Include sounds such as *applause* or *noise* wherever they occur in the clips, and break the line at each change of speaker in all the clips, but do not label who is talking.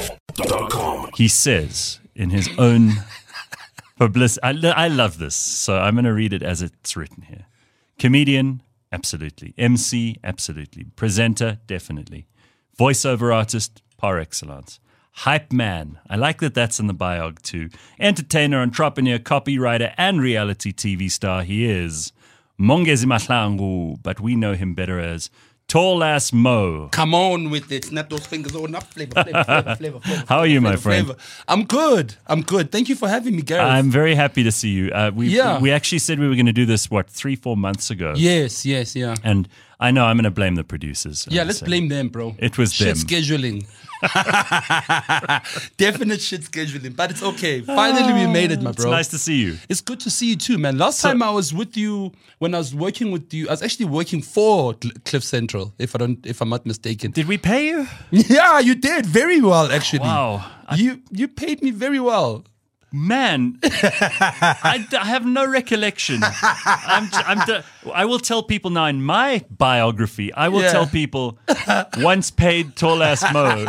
CliffCentral.com.
He says in his own publicity. I, lo- I love this. So I'm going to read it as it's written here. Comedian, absolutely. MC, absolutely. Presenter, definitely. Voiceover artist, par excellence. Hype man. I like that that's in the biog too. Entertainer, entrepreneur, copywriter, and reality TV star he is. Mongezi Mahlangu, but we know him better as Tall Ass Mo.
Come on with it. Snap those fingers on up. Flavor, flavor, flavor,
*laughs*
flavor, flavor.
How are you, my friend?
I'm good. I'm good. Thank you for having me, Gareth.
I'm very happy to see you. Uh, we
Yeah.
we actually said we were going to do this what three four months ago.
yes, yes, yeah.
And I know I'm going to blame the producers.
Yeah,
I'm
let's
saying.
blame them, bro.
It was them.
shit scheduling. *laughs* Definite shit scheduling, but it's okay. Finally, we made it, my
Ah, It's
bro.
nice to see you.
It's good to see you too, man. Last time I was with you, when I was working with you, I was actually working for Cl- Cliff Central, if I don't, if I'm not mistaken.
Did we pay you?
yeah, you did very well, actually.
Wow, I-
You you paid me very well. *laughs*
man, I, d- I have no recollection. I'm, j- I'm d- I will tell people now in my biography. I will
Yeah.
tell
*laughs*
people once paid tall ass Mo.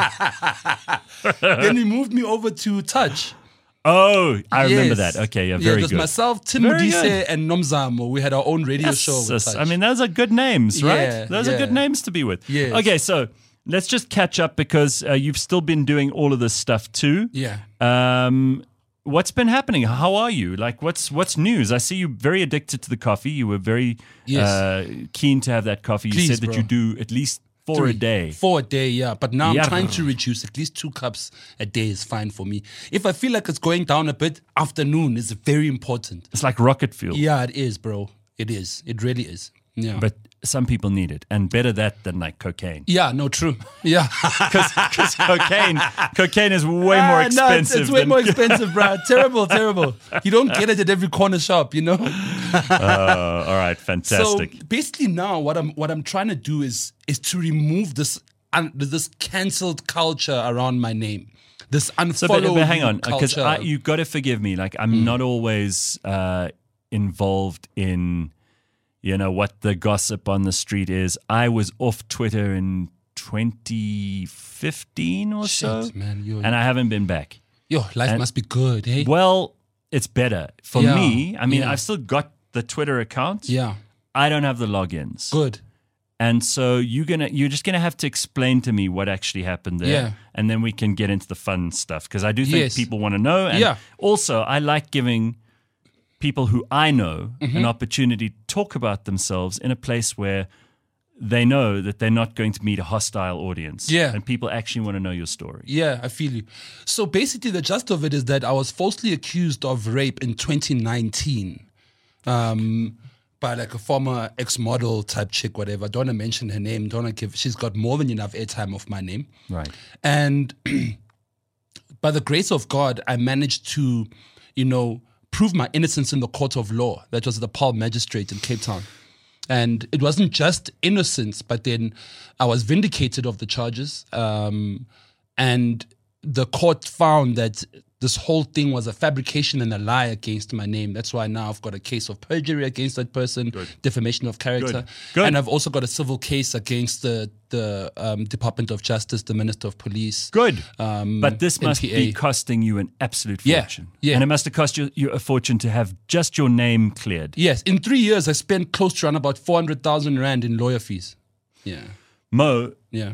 then you moved me over to Touch.
Oh, I remember
Yes.
that. Okay, yeah, very
it was
good.
myself, Tim
Very
Modise,
good.
and Nomzamo. We had our own radio
Yes,
show. With
yes.
Touch.
I mean, those are good names, right?
Yeah,
those are
yeah.
good names to be with.
Yes.
Okay, so let's just catch up because uh, you've still been doing all of this stuff too.
yeah.
Um, what's been happening? How are you? Like, what's what's news? I see you very addicted to the coffee. You were very
Yes.
uh, keen to have that coffee.
Please,
you said that
bro.
you do at least four a
Three.
day.
Four a day, yeah. But now
Yeah.
I'm trying to reduce. At least two cups a day is fine for me. If I feel like it's going down a bit, afternoon is very important.
It's like rocket fuel,
Yeah, it is, bro. It is. It really is. Yeah.
but some people need it, and better that than like cocaine.
yeah, no, true. *laughs* Yeah.
*laughs* Because
*laughs*
cocaine, cocaine is way more
Ah,
expensive.
No, it's, it's way
than- *laughs*
more expensive, bro. terrible, terrible. You don't get it at every corner shop, you know?
Oh, all right, fantastic.
So basically, now what I'm what I'm trying to do is is to remove this un, this cancelled culture around my name. This
So, but,
unfollowed
but hang on, because
culture. Mm.
you got to forgive me. Like, I'm not always uh, involved in, you know, what the gossip on the street is. I was off Twitter in 2015 or so,
Shit, man, you-
and I haven't been back.
Yo, life
and-
must be good, hey?
Well, it's better for
Yeah,
me. I mean,
yeah.
I've still got the Twitter account.
Yeah,
I don't have the logins,
good.
and so you're gonna you're just gonna have to explain to me what actually happened there,
Yeah.
and then we can get into the fun stuff because I do think
Yes.
people want to know. And
Yeah.
Also, I like giving people who I know
Mm-hmm.
an opportunity to talk about themselves in a place where they know that they're not going to meet a hostile audience.
Yeah.
And people actually want to know your story.
Yeah, I feel you. So basically, the gist of it is that I was falsely accused of rape in 2019 um, by like a former ex model type chick, whatever. Don't wanna mention her name. Don't wanna give. She's got more than enough airtime of my name.
Right.
And *clears throat* by the grace of God, I managed to, you know, prove my innocence in the court of law. That was the Paul magistrate in Cape Town. And it wasn't just innocence, but then I was vindicated of the charges. Um, and the court found that this whole thing was a fabrication and a lie against my name. That's why now I've got a case of perjury against that person, defamation of character.
Good. Good.
And I've also got a civil case against the, the um, Department of Justice, the Minister of Police.
Good.
Um,
but this must be
NPA.
costing you an absolute
Yeah,
fortune.
yeah.
And it must have cost you, you a fortune to have just your name cleared.
Yes, in three years, I spent close to around about 400,000 Rand in lawyer fees. Yeah,
Mo,
yeah.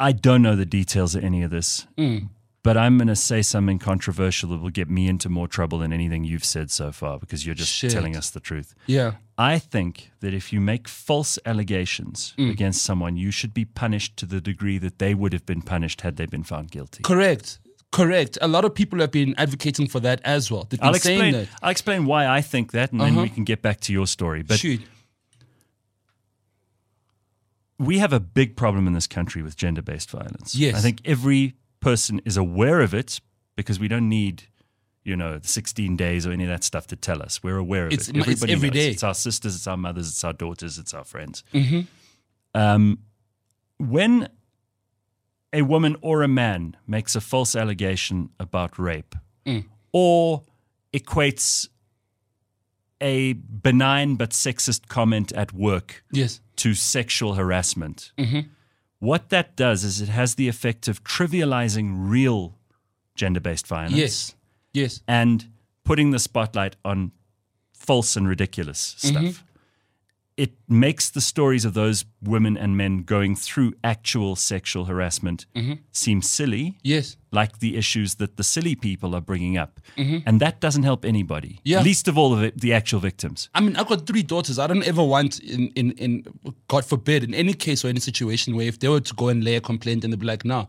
I don't know the details of any of this,
Mm.
but I'm going to say something controversial that will get me into more trouble than anything you've said so far because you're just
Shit.
telling us the truth.
Yeah.
I think that if you make false allegations
Mm.
against someone, you should be punished to the degree that they would have been punished had they been found guilty.
Correct. Correct. A lot of people have been advocating for that as well. They've been
I'll
saying
explain,
that. Uh-huh.
I'll explain why I think that and then we can get back to your story. But
Shoot.
we have a big problem in this country with gender based violence.
Yes.
I think every person is aware of it because we don't need, you know, 16 days or any of that stuff to tell us. We're aware of
It's-
it.
it's every
knows.
day. Mm-hmm.
It's our sisters, it's our mothers, it's our daughters, it's our friends. Um, when a woman or a man makes a false allegation about rape
Mm.
or equates a benign but sexist comment at work
Yes. Mm-hmm.
to sexual harassment. What that does is it has the effect of trivializing real gender based violence
Yes. Yes.
and putting the spotlight on false and ridiculous
Mm-hmm.
stuff. It makes the stories of those women and men going through actual sexual harassment
Mm-hmm.
seem silly,
Yes.
like the issues that the silly people are bringing up. And that doesn't help anybody,
Mm-hmm. Yeah.
least of all of it, the actual victims.
I mean, I've got three daughters. I don't ever want, in, in, in God forbid, in any case or any situation where if they were to go and lay a complaint and they'd be like, no,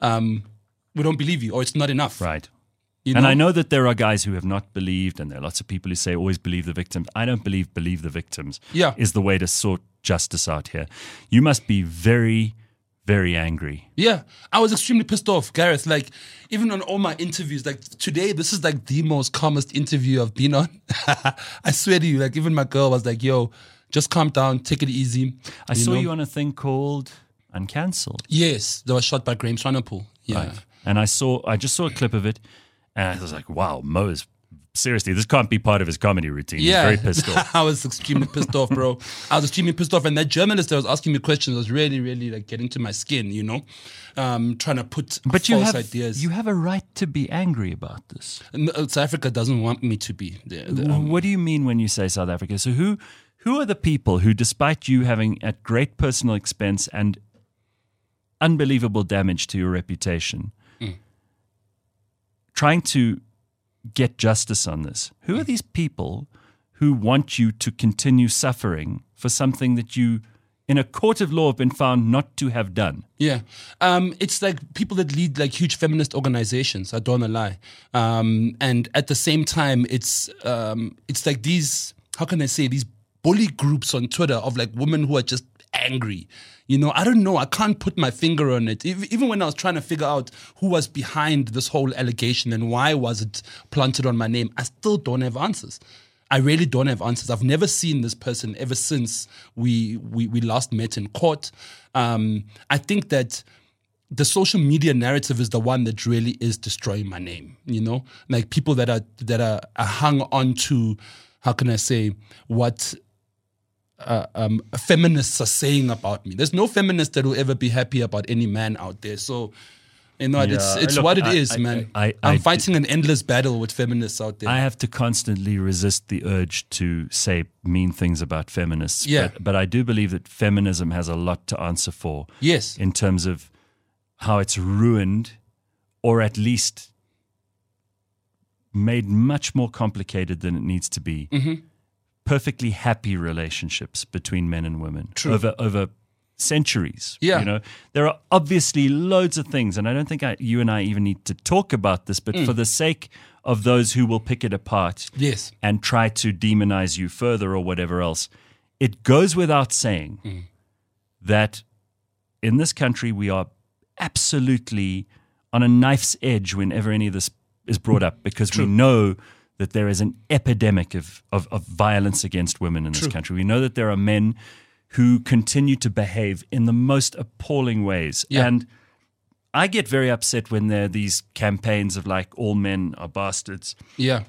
um, we don't believe you or it's not enough.
Right.
You
and
know?
I know that there are guys who have not believed, and there are lots of people who say always believe the victims. I don't believe believe the victims
Yeah.
is the way to sort justice out here. You must be very, very angry.
Yeah, I was extremely pissed off, Gareth. Like, even on all my interviews, like today, this is like the most calmest interview I've been on. *laughs* I swear to you, like, even my girl was like, yo, just calm down, take it easy.
I saw you on a thing called Uncancelled.
Yes, they were shot by Graham Swanepoel. Yeah.
And I saw I just saw a clip of it and I was like, wow, Mo is seriously, this can't be part of his comedy routine.
Yeah.
He's very pissed
*laughs*
off.
I was extremely pissed off, bro. I was extremely pissed off. And that journalist that was asking me questions was really, really like getting to my skin, you know, um, trying to put
But
false
you have
ideas.
you have a right to be angry about this.
No, South Africa doesn't want me to be there.
Wh- what do you mean when you say South Africa? So who who are the people who, despite you having at great personal expense and unbelievable damage to your reputation, trying to get justice on this? Who are these people who want you to continue suffering for something that you, in a court of law, have been found not to have done?
Yeah, um, it's like people that lead like huge feminist organizations. I don't wanna lie, um, and at the same time, it's um, it's like these. How can I say these bully groups on Twitter of like women who are just angry. You know, I don't know. I can't put my finger on it. Ev- Even when I was trying to figure out who was behind this whole allegation and why was it planted on my name, I still don't have answers. I really don't have answers. I've never seen this person ever since we we, we last met in court. Um, I think that the social media narrative is the one that really is destroying my name. You know, like people that are that are, are hung on to, how can I say, what uh, um, feminists are saying about me. There's no feminist that will ever be happy about any man out there. So. You know, it's
Yeah,
it's
look,
what it
I-
is,
I-
man.
I- I-
am
I-
fighting an endless battle with feminists out there.
I have to constantly resist the urge to say mean things about feminists.
Yeah.
But, but I do believe that feminism has a lot to answer for
yes,
in terms of how it's ruined or at least made much more complicated than it needs to be.
Mm-hmm.
Perfectly happy relationships between men and women
True.
over over centuries.
Yeah.
You know, there are obviously loads of things, and I don't think I, you and I even need to talk about this,
Mm.
but for the sake of those who will pick it apart
yes.
and try to demonize you further or whatever else. It goes without saying that in this country we are absolutely on a knife's edge whenever any of this is brought up because we know that there is an epidemic of, of, of violence against women in this country. We know that there are men who continue to behave in the most appalling ways.
Yeah.
And I get very upset when there are these campaigns of like all men are bastards
Yeah.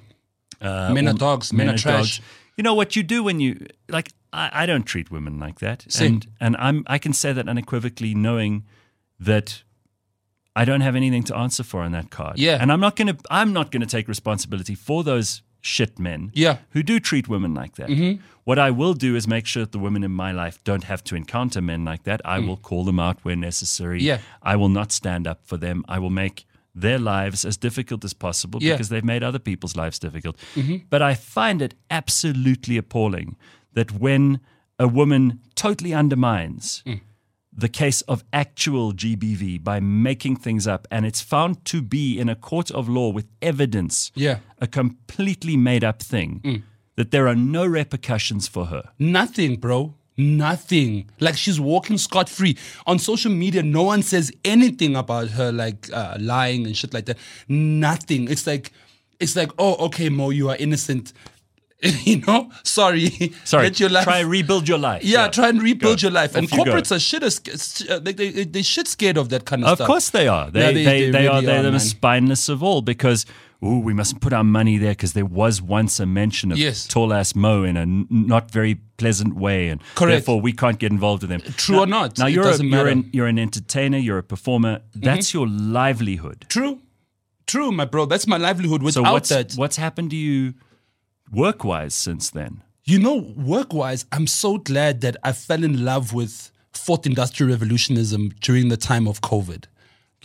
uh,
Men are
or
dogs, men are trash.
You know what you do when you like? I, I don't treat women like that,
Same.
and and I'm I can say that unequivocally, knowing that I don't have anything to answer for on that card.
Yeah.
and I'm not gonna I'm not gonna take responsibility for those shit men.
Yeah. Mm-hmm.
who do treat women like that. What I will do is make sure that the women in my life don't have to encounter men like that. I will call them out where necessary.
Mm. Yeah.
I will not stand up for them. I will make their lives as difficult as possible
Yeah. Mm-hmm.
because they've made other people's lives difficult. But I find it absolutely appalling that when a woman totally undermines
Mm.
the case of actual GBV by making things up and it's found to be in a court of law with evidence
Yeah. Mm.
a completely made up thing that there are no repercussions for her.
Nothing, bro. Nothing. Like she's walking scot free. On social media, no one says anything about her, like uh, lying and shit like that. Nothing. It's like, it's like, oh, okay, Mo, you are innocent. *laughs* you know, sorry.
Sorry,
Let your life.
try rebuild your life.
yeah, try and rebuild
Go.
your life. And
Off you go.
corporates are shit, as- s- uh, like they, they, they shit scared of that kind of,
Of
stuff.
course they are. They,
Yeah,
they,
they-
they,
they
are,
really
they're the
are, man.
most spineless of all because oh, we mustn't put our money there because there was once a mention of
Yes.
tall ass Mo in a n- not very pleasant way, and
Correct.
therefore we can't get involved with them.
True or not,
Now
it
you're a,
doesn't
you're
matter. Mm-hmm.
an you're an entertainer, you're a performer. That's your livelihood.
True. True, my bro. That's my livelihood.
So
Without
what's
that,
what's happened to you work wise since then?
you know, work wise, I'm so glad that I fell in love with fourth industrial revolutionism during the time of COVID.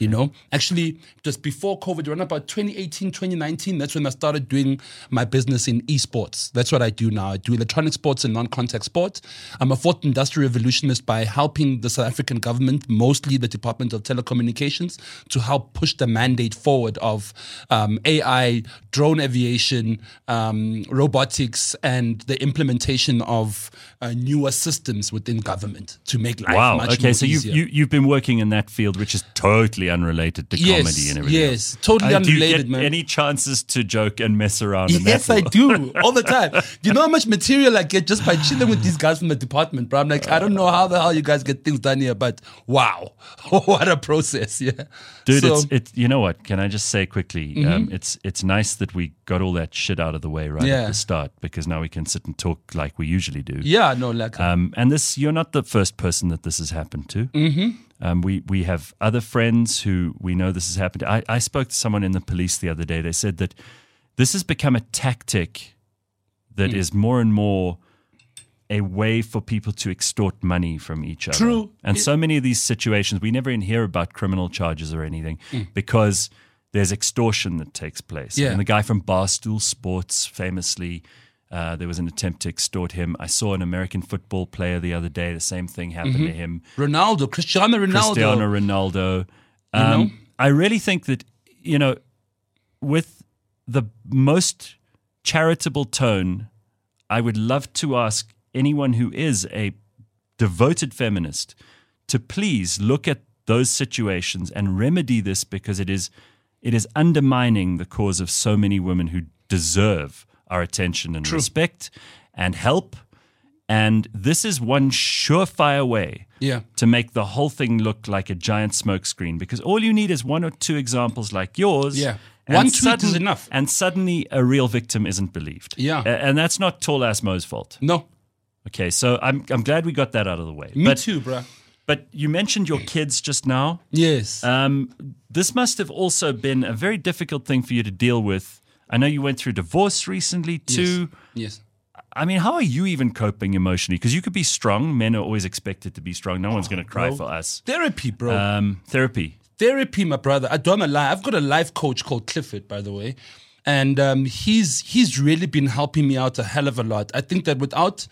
You know, actually, just before COVID, around about 2018, 2019, that's when I started doing my business in esports. That's what I do now. I do electronic sports and non contact sport. I'm a fourth industrial revolutionist by helping the South African government, mostly the Department of Telecommunications, to help push the mandate forward of um, AI, drone aviation, um, robotics, and the implementation of uh, newer systems within government to make life
Wow.
much
Okay,
more
so you've,
easier.
you you've been working in that field, which is totally unrelated to
yes,
comedy and everything. else.
yes, totally
Uh, do you
unrelated,
get
man.
any chances to joke and mess around? in that
Yes, I
world? *laughs*
do all the time. Do you know how much material I get just by chilling with these guys from the department, bro? I'm like, I don't know how the hell you guys get things done here, but wow, *laughs* what a process, yeah,
Dude,
So, Mm-hmm.
it's it. You know what? Can I just say quickly? Um, it's it's nice that we got all that shit out of the way right at
Yeah.
the start because now we can sit and talk like we usually do.
yeah, no, like,
Um, and this, you're not the first person that this has happened to. Mm-hmm. Um, we we have other friends who we know this has happened. to. I I spoke to someone in the police the other day. They said that this has become a tactic
Mm.
that is more and more a way for people to extort money from each other.
True.
And so many of these situations, we never even hear about criminal charges or anything because there's extortion that takes place.
Yeah.
And the guy from Barstool Sports famously, uh, there was an attempt to extort him. I saw an American football player the other day. The same thing happened to him.
Ronaldo, Cristiano Ronaldo,
Cristiano Ronaldo. Um, I really think that, you know, with the most charitable tone, I would love to ask anyone who is a devoted feminist to please look at those situations and remedy this because it is it is undermining the cause of so many women who deserve our attention and respect and help and this is one surefire way
yeah,
to make the whole thing look like a giant smokescreen because all you need is one or two examples like yours.
Yeah.
and
One tweet is enough.
And suddenly a real victim isn't believed.
Yeah.
A- And that's not Tall Ass Mo's fault.
no,
Okay, so I'm, I'm glad we got that out of the way.
me
but,
too, bro.
but you mentioned your kids just now.
Yes,
Um, this must have also been a very difficult thing for you to deal with. I know you went through divorce recently too.
yes.
I mean, how are you even coping emotionally? Because you could be strong. Men are always expected to be strong. No one's going to cry for us.
Therapy, bro.
Um, therapy.
therapy, my brother. I don't wanna lie. I've got a life coach called Clifford, by the way, and um, he's he's really been helping me out a hell of a lot. I think that without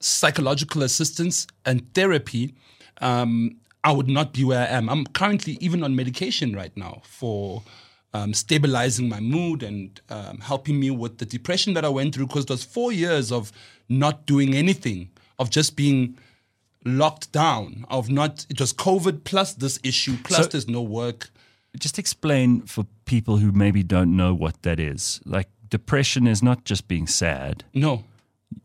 psychological assistance and therapy, um, I would not be where I am. I'm currently even on medication right now for. Um, stabilizing my mood and um, helping me with the depression that I went through because those four years of not doing anything, of just being locked down, of not, it was COVID plus this issue, plus
So-
there's no work.
Just explain for people who maybe don't know what that is. Like depression is not just being sad.
No.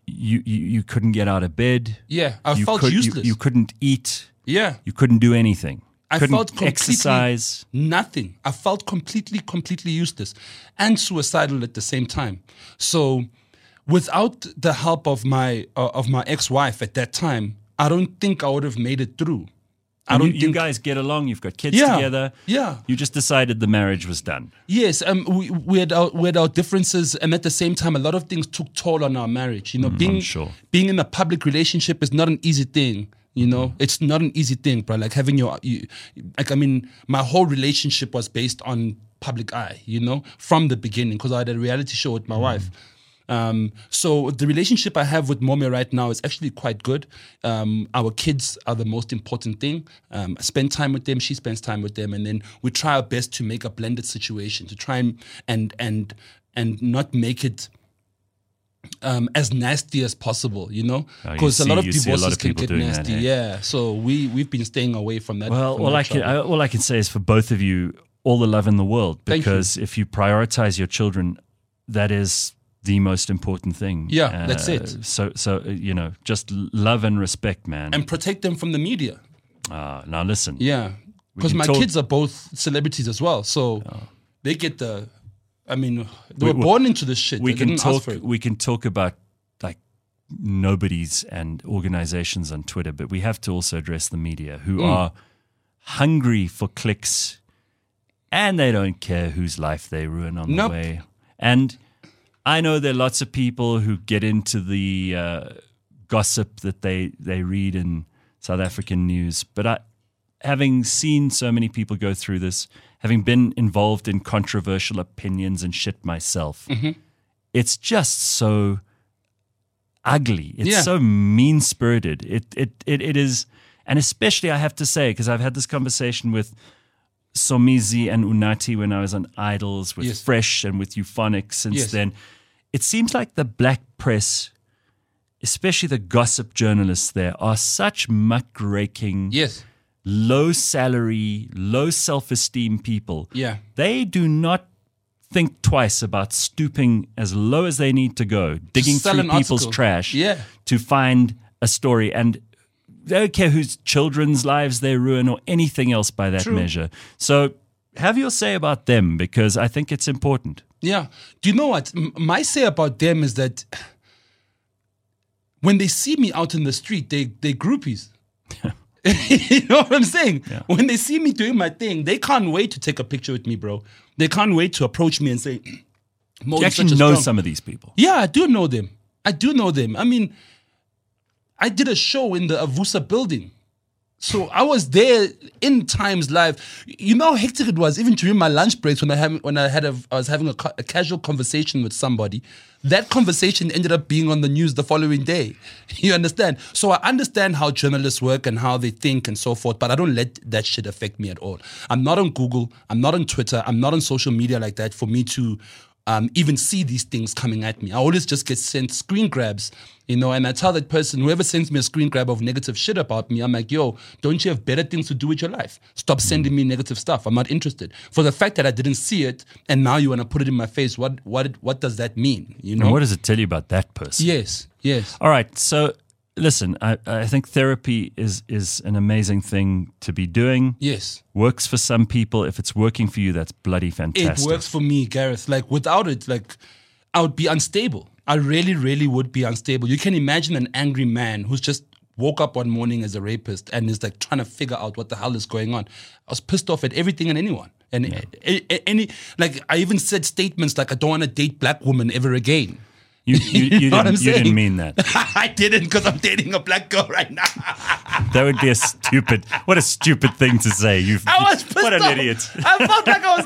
You you, you couldn't get out of bed.
Yeah. I
you
felt
could- you-
useless.
You, couldn't eat.
yeah.
You couldn't do anything.
I
couldn't
felt completely-
exercise.
Nothing. I felt completely, completely useless and suicidal at the same time. So, without the help of my uh, of my ex wife at that time, I don't think I would have made it through. I
And
don't
you,
think
you guys get along. You've got kids
Yeah,
together.
yeah.
You just decided the marriage was done.
Yes, um, we, we had our we had our differences, and at the same time, a lot of things took toll on our marriage. You know, being
sure.
being in a public relationship is not an easy thing. You know, it's not an easy thing, bro. Like having your, you, like I mean, my whole relationship was based on public eye. You know, from the beginning, because I had a reality show with my wife. Um, so the relationship I have with Mommy right now is actually quite good. Um, our kids are the most important thing. Um, I spend time with them. She spends time with them, and then we try our best to make a blended situation to try and and and and not make it um, as nasty as possible. You know,
Oh, you
because a
see-
lot of
you see a lot
divorces
of
can
people
get
doing that, eh?
nasty.
hey?
Yeah. So we we've been staying away from that.
Well,
from
all
that
I can
trouble.
I, all I can say is for both of you, all the love in the world.
Thank you.
Because if you prioritize your children, that is the most important thing.
Yeah, that's it.
So, so uh, you know, just l- love and respect, man.
and protect them from the media.
Ah, now listen,
Yeah, because
can
my
talk-
kids are both celebrities as well, so they get the I mean, they
We-
were
we-
born into this shit.
we
They
can
didn't
talk
ask for it.
we can talk about like nobodies and organizations on Twitter, but we have to also address the media who
Mm.
are hungry for clicks and they don't care whose life they ruin on
Nope.
the way. And I know there are lots of people who get into the uh, gossip that they they read in South African news, but I having seen so many people go through this, having been involved in controversial opinions and shit myself,
Mm-hmm.
it's just so ugly. It's
Yeah.
so mean spirited. It, it it it is, and especially I have to say because I've had this conversation with Somizi and Unati when I was on Idols with
Yes.
Fresh and with Euphonic since
Yes.
then. It seems like the black press, especially the gossip journalists there, are such muckraking
Yes.
low salary, low self esteem people,
Yeah.
they do not think twice about stooping as low as they need to go, digging
sell
through
an
people's
article.
trash
Yeah.
to find a story. And they don't care whose children's lives they ruin or anything else by that measure. So have your say about them because I think it's important.
Yeah. Do you know what? M- my say about them is that when they see me out in the street, they
*laughs*
they groupies. *laughs* you know what I'm saying? When they see me doing my thing, they can't wait to take a picture with me, bro. They can't wait to approach me and say, *clears throat* Mo,
You
you're
actually
such a
know
strong-
some of these people.
Yeah, I do know them. I do know them. I mean, I did a show in the Avusa building. So I was there in Times Live. You know how hectic it was, even during my lunch breaks when I had, when I had a, I was having a, ca- a casual conversation with somebody. That conversation ended up being on the news the following day. *laughs* You understand? So I understand how journalists work and how they think and so forth, but I don't let that shit affect me at all. I'm not on Google. I'm not on Twitter. I'm not on social media like that for me to um, even see these things coming at me. I always just get sent screen grabs, you know, and I tell that person, whoever sends me a screen grab of negative shit about me, I'm like, yo, don't you have better things to do with your life? Stop sending me negative stuff. I'm not interested. For the fact that I didn't see it and now you want to put it in my face, what what what does that mean? You know?
And what does it tell you about that person?
yes, yes.
All right. So listen, I, I think therapy is is an amazing thing to be doing.
Yes.
Works for some people. If it's working for you, that's bloody fantastic.
It works for me, Gareth. Like without it, like I would be unstable. I really, really would be unstable. You can imagine an angry man who's just woke up one morning as a rapist and is like trying to figure out what the hell is going on. I was pissed off at everything and anyone. And a- a- any like I even said statements like I don't want to date black women ever again. *laughs*
You, you, you,
know what
didn't,
I'm
you didn't
saying?
mean that.
I didn't because I'm dating a black girl right now.
That would be a stupid. What a stupid thing to say. You've. *laughs*
*laughs* I was pissed
what an
off.
idiot.
I felt like I was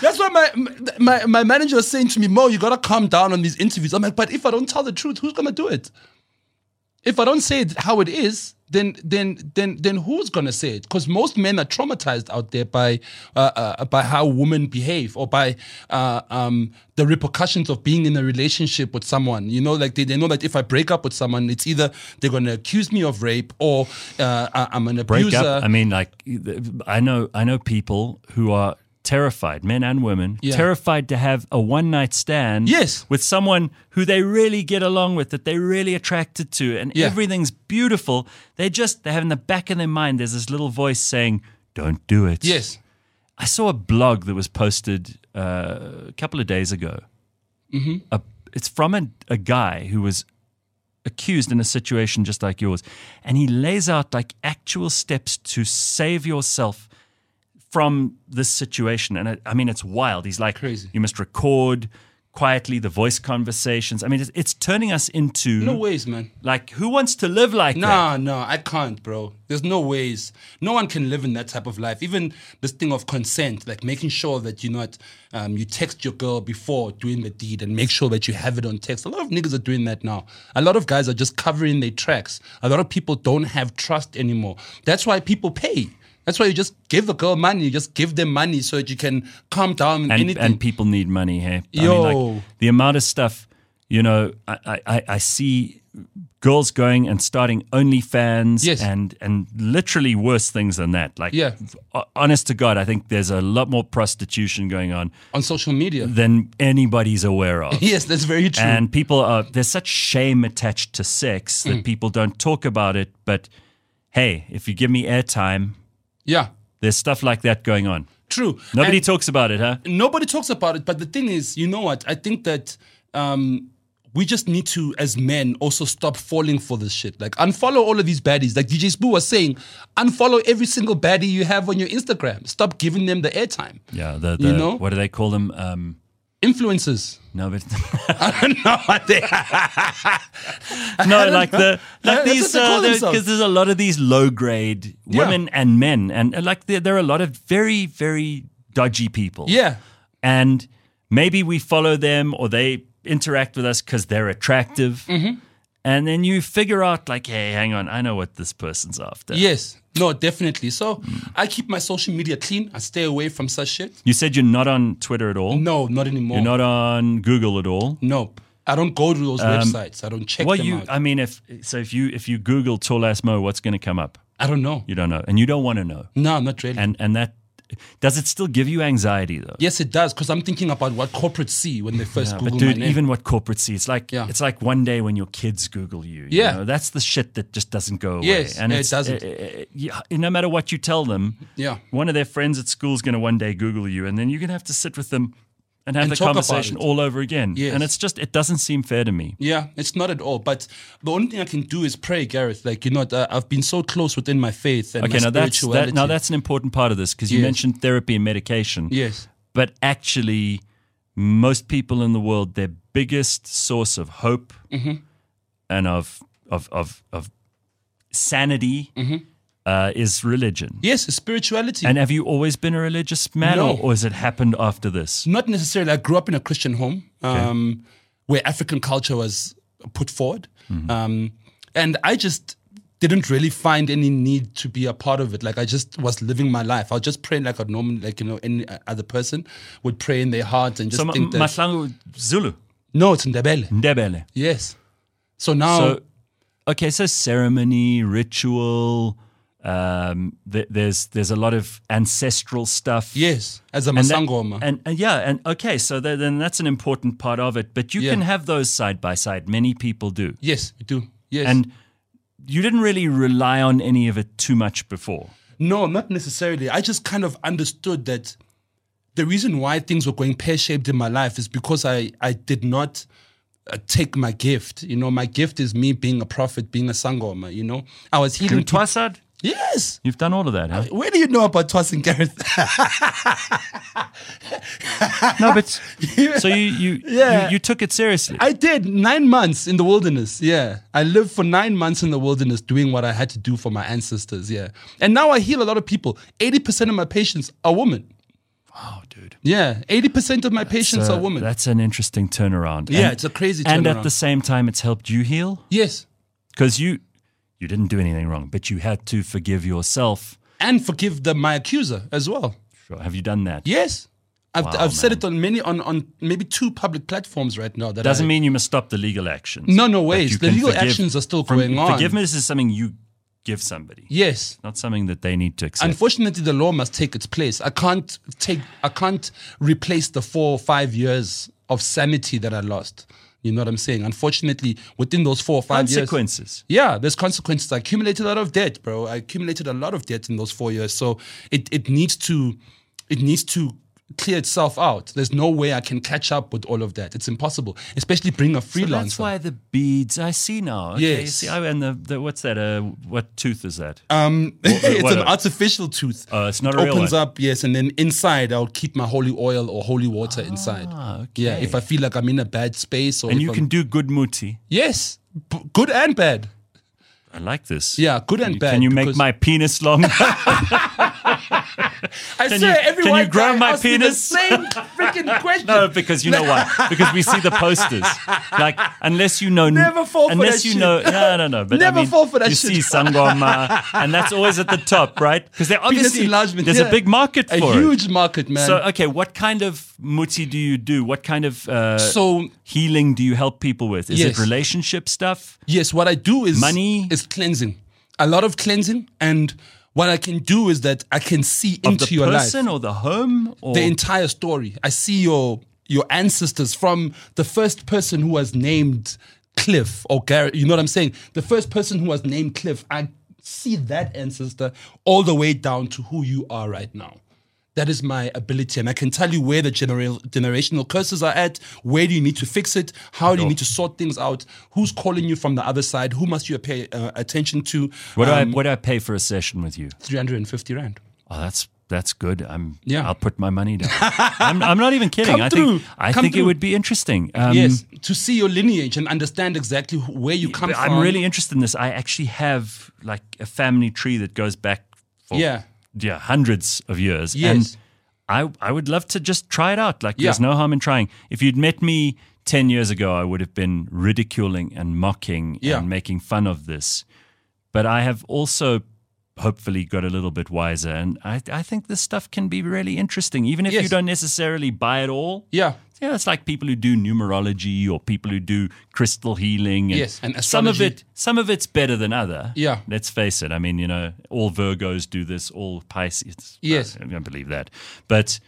*laughs*
That's why my, my my manager was saying to me, Mo, you gotta calm down on these interviews. I'm like, but if I don't tell the truth, who's gonna do it? If I don't say it how it is, then then then then who's gonna say it? Because most men are traumatized out there by uh, uh, by how women behave or by uh, um, the repercussions of being in a relationship with someone. You know, like they, they know that if I break up with someone, it's either they're gonna accuse me of rape or uh, I- I'm an
Break
abuser.
up. I mean, like, I know, I know people who are terrified, men and women,
Yeah.
terrified to have a one night stand.
Yes.
with someone who they really get along with, that they're really attracted to, and
Yeah.
everything's beautiful. They just they have in the back of their mind. There's this little voice saying, "Don't do it."
yes.
I saw a blog that was posted uh, a couple of days ago.
Mm-hmm.
A- it's from a, a guy who was accused in a situation just like yours, and he lays out like actual steps to save yourself from this situation. And I, I mean, it's wild. He's like,
Crazy.
you must record quietly the voice conversations. I mean, it's, it's turning us into
No ways, man.
like who wants to live like that?
Nah, nah, I can't, bro. There's no ways. No one can live in that type of life. Even this thing of consent, like making sure that you're not, um, you text your girl before doing the deed and make sure that you have it on text. A lot of niggas are doing that now. A lot of guys are just covering their tracks. A lot of people don't have trust anymore. That's why people pay. That's why you just give a girl money. You just give them money so that you can calm down and,
and,
anything.
and people need money here. I mean,
Yo.
like, the amount of stuff, you know, I, I- I, I see girls going and starting OnlyFans
Yes.
and, and literally worse things than that. Like,
Yeah.
ho- honest to God, I think there's a lot more prostitution going on
on social media.
than anybody's aware of.
yes, that's very *laughs* true.
And people are, there's such shame attached to sex that
Mm.
people don't talk about it. But hey, if you give me airtime,
yeah.
there's stuff like that going on.
True.
Nobody
And
talks about it, huh?
nobody talks about it. But the thing is, you know what? I think that um, we just need to, as men, also stop falling for this shit. Like, unfollow all of these baddies. Like DJ Spoo was saying, unfollow every single baddie you have on your Instagram. Stop giving them the airtime.
Yeah, the, the
You know?
what do they call them? Um,
Influencers.
no, but
*laughs*
*laughs*
I don't know what they
no, like the
That's
like
what
these
they call
because
themselves.
there's a lot of these low grade
Yeah.
women and men, and uh, like there, there are a lot of very very dodgy people.
Yeah.
and maybe we follow them or they interact with us because they're attractive.
Mm-hmm.
And then you figure out, like, hey, hang on, I know what this person's after.
Yes. No, definitely. So I keep my social media clean. I stay away from such shit.
You said you're not on Twitter at all.
No, not anymore.
You're not on Google at all.
Nope. I don't go to those websites. I don't check
Well,
them
you,
out. I,
I mean, if so, if you if you Google tall ass Mo, what's going to come up?
don't know.
You don't know, and you don't want to know.
No, not really.
And and that does it still give you anxiety though?
yes, it does because I'm thinking about what corporates see when they first Google
But dude,
my name.
even what corporate see, it's like
Yeah.
it's like one day when your kids Google you. you
Yeah.
know? that's the shit that just doesn't go away.
Yes, yeah, it
it's-
doesn't.
uh, uh, uh, yeah, no matter what you tell them,
Yeah.
one of their friends at school is going to one day Google you, and then you're going to have to sit with them and have
And
the
talk about
conversation
it.
all over again.
Yes.
And it's just it doesn't seem fair to me.
yeah, it's not at all. But the only thing I can do is pray, Gareth. Like you know, I- I've been so close within my faith and
Okay,
my
now that's
spirituality.
that, now that's an important part of this because you
Yes.
mentioned therapy and medication.
yes,
but actually most people in the world their biggest source of hope
Mm-hmm.
and of of of, of sanity
Mm-hmm.
uh, is religion
yes, it's spirituality.
and have you always been a religious man
No.
or, or has it happened after this
not necessarily. I grew up in a Christian home um, where African culture was put forward,
Mm-hmm.
um, and I just didn't really find any need to be a part of it. Like I just was living my life. I was just praying like a normal, like you know, any other person would pray in their heart and just
so Ma-
think that.
Mahlangu Zulu
no, it's Ndebele.
Ndebele
Yes. So now,
so
Oh.
okay so ceremony ritual um, th- there's there's a lot of ancestral stuff
yes, as a
And that-
Masangoma.
And, and yeah, and okay, so tha- then that's an important part of it. But you
Yeah.
can have those side by side. Many people do,
yes, we do. Yes.
and you didn't really rely on any of it too much before.
No, not necessarily. I just kind of understood that the reason why things were going pear shaped in my life is because I, I did not uh, take my gift. You know, my gift is me being a prophet, being a sangoma. You know, I was healing.
And
people.
Twasad,
yes.
you've done all of that, huh?
Where do you know about Twas and Gareth? *laughs*
no, but
*laughs*
so you you,
Yeah.
you you took it seriously.
I did nine months in the wilderness. Yeah. I lived for nine months in the wilderness doing what I had to do for my ancestors. Yeah. And now I heal a lot of people. 80% of my patients are women.
oh, dude.
Yeah. 80% of my patients
So
are women.
That's an interesting turnaround.
Yeah, it's a crazy
And at
turnaround.
the same time, it's helped you heal
Yes.
because you you didn't do anything wrong, but you had to forgive yourself.
and forgive the, my accuser as well.
Sure. Have you done that?
Yes, I've, I've said it on many on, on maybe two public platforms right now. That
Doesn't
I-
mean you must stop the legal actions.
no no
you
ways. The
can
legal
forgive-
actions are still
From-
going on.
Forgiveness is something you give somebody,
Yes.
not something that they need to accept.
Unfortunately, the law must take its place. I can't take. I can't replace the four or five years of sanity that I lost. You know what I'm saying? Unfortunately, within those four or five years,
Consequences.
Yeah, there's consequences. I accumulated a lot of debt, bro. I accumulated a lot of debt in those four years. So it, it needs to it needs to clear itself out. There's no way I can catch up with all of that. It's impossible. Especially bring a
So
freelancer.
that's why the beads I see now. Okay, you
Yes.
See, I, and the, the what's that? Uh, what tooth is that?
um *laughs* it's
what
an
a-
artificial tooth.
Uh, it's not a real
Opens
one.
up, yes, and then inside I'll keep my holy oil or holy water inside. Yeah, if I feel like I'm in a bad space or
Ah, and
if
you
I'm-
can do good muti.
Yes. b- good and bad.
I like this.
Yeah, good and bad.
Can you make
because-
my penis
*laughs*
long?
I
Can
swear,
you-
every
can you
white
grow
guy
my
asks me the
penis?
*laughs* same freaking
*laughs*
question.
no, because you know why? Because we see the posters. Like unless you know,
Never fall for
unless
that
you
shit.
know, no, no, no. But I
Never
mean,
fall for that
you
shit.
see sangoma, and that's always at the top, right? Because they're
Penis
obviously
enlargement,
There's
yeah.
a big market for
a
it.
huge market, man.
So, uh, okay, what kind of muti do you do? What kind of uh,
So-
healing do you help people with? Is
Yes.
it relationship stuff?
yes, what I do is
Money?
is cleansing, a lot of cleansing, and what I can do is that I can see into
the
your life,
person or the home? Or
the entire story. I see your your ancestors from the first person who was named Cliff or Garrett. You know what I'm saying? The first person who was named Cliff, I see that ancestor all the way down to who you are right now. That is my ability. And I can tell you where the genera- generational curses are at, where do you need to fix it, how do you need to sort things out, who's calling you from the other side, who must you pay uh, attention to.
What do
Um,
I what do I pay for a session with you?
350 Rand.
Oh, that's that's good. I'm
Yeah.
I'll put my money
*laughs*
down. I'm, I'm not even kidding.
Come
I think
through.
I
Come
think it
through.
would be interesting. Um,
yes, to see your lineage and understand exactly wh- where you come
but
from.
I'm really interested in this. I actually have like a family tree that goes back for
Yeah.
yeah, hundreds of years.
Yes.
And I I would love to just try it out. Like
Yeah.
there's no harm in trying. If you'd met me ten years ago, I would have been ridiculing and mocking
Yeah.
and making fun of this. But I have also hopefully got a little bit wiser and I, I think this stuff can be really interesting. Even if you
Yes.
don't necessarily buy it all.
Yeah.
Yeah, it's like people who do numerology or people who do crystal healing. And
Yes, and
some of
astrology.
it, some of it's better than other.
Yeah.
let's face it. I mean, you know, all Virgos do this. All Pisces. uh,
Yes.
I don't believe that. But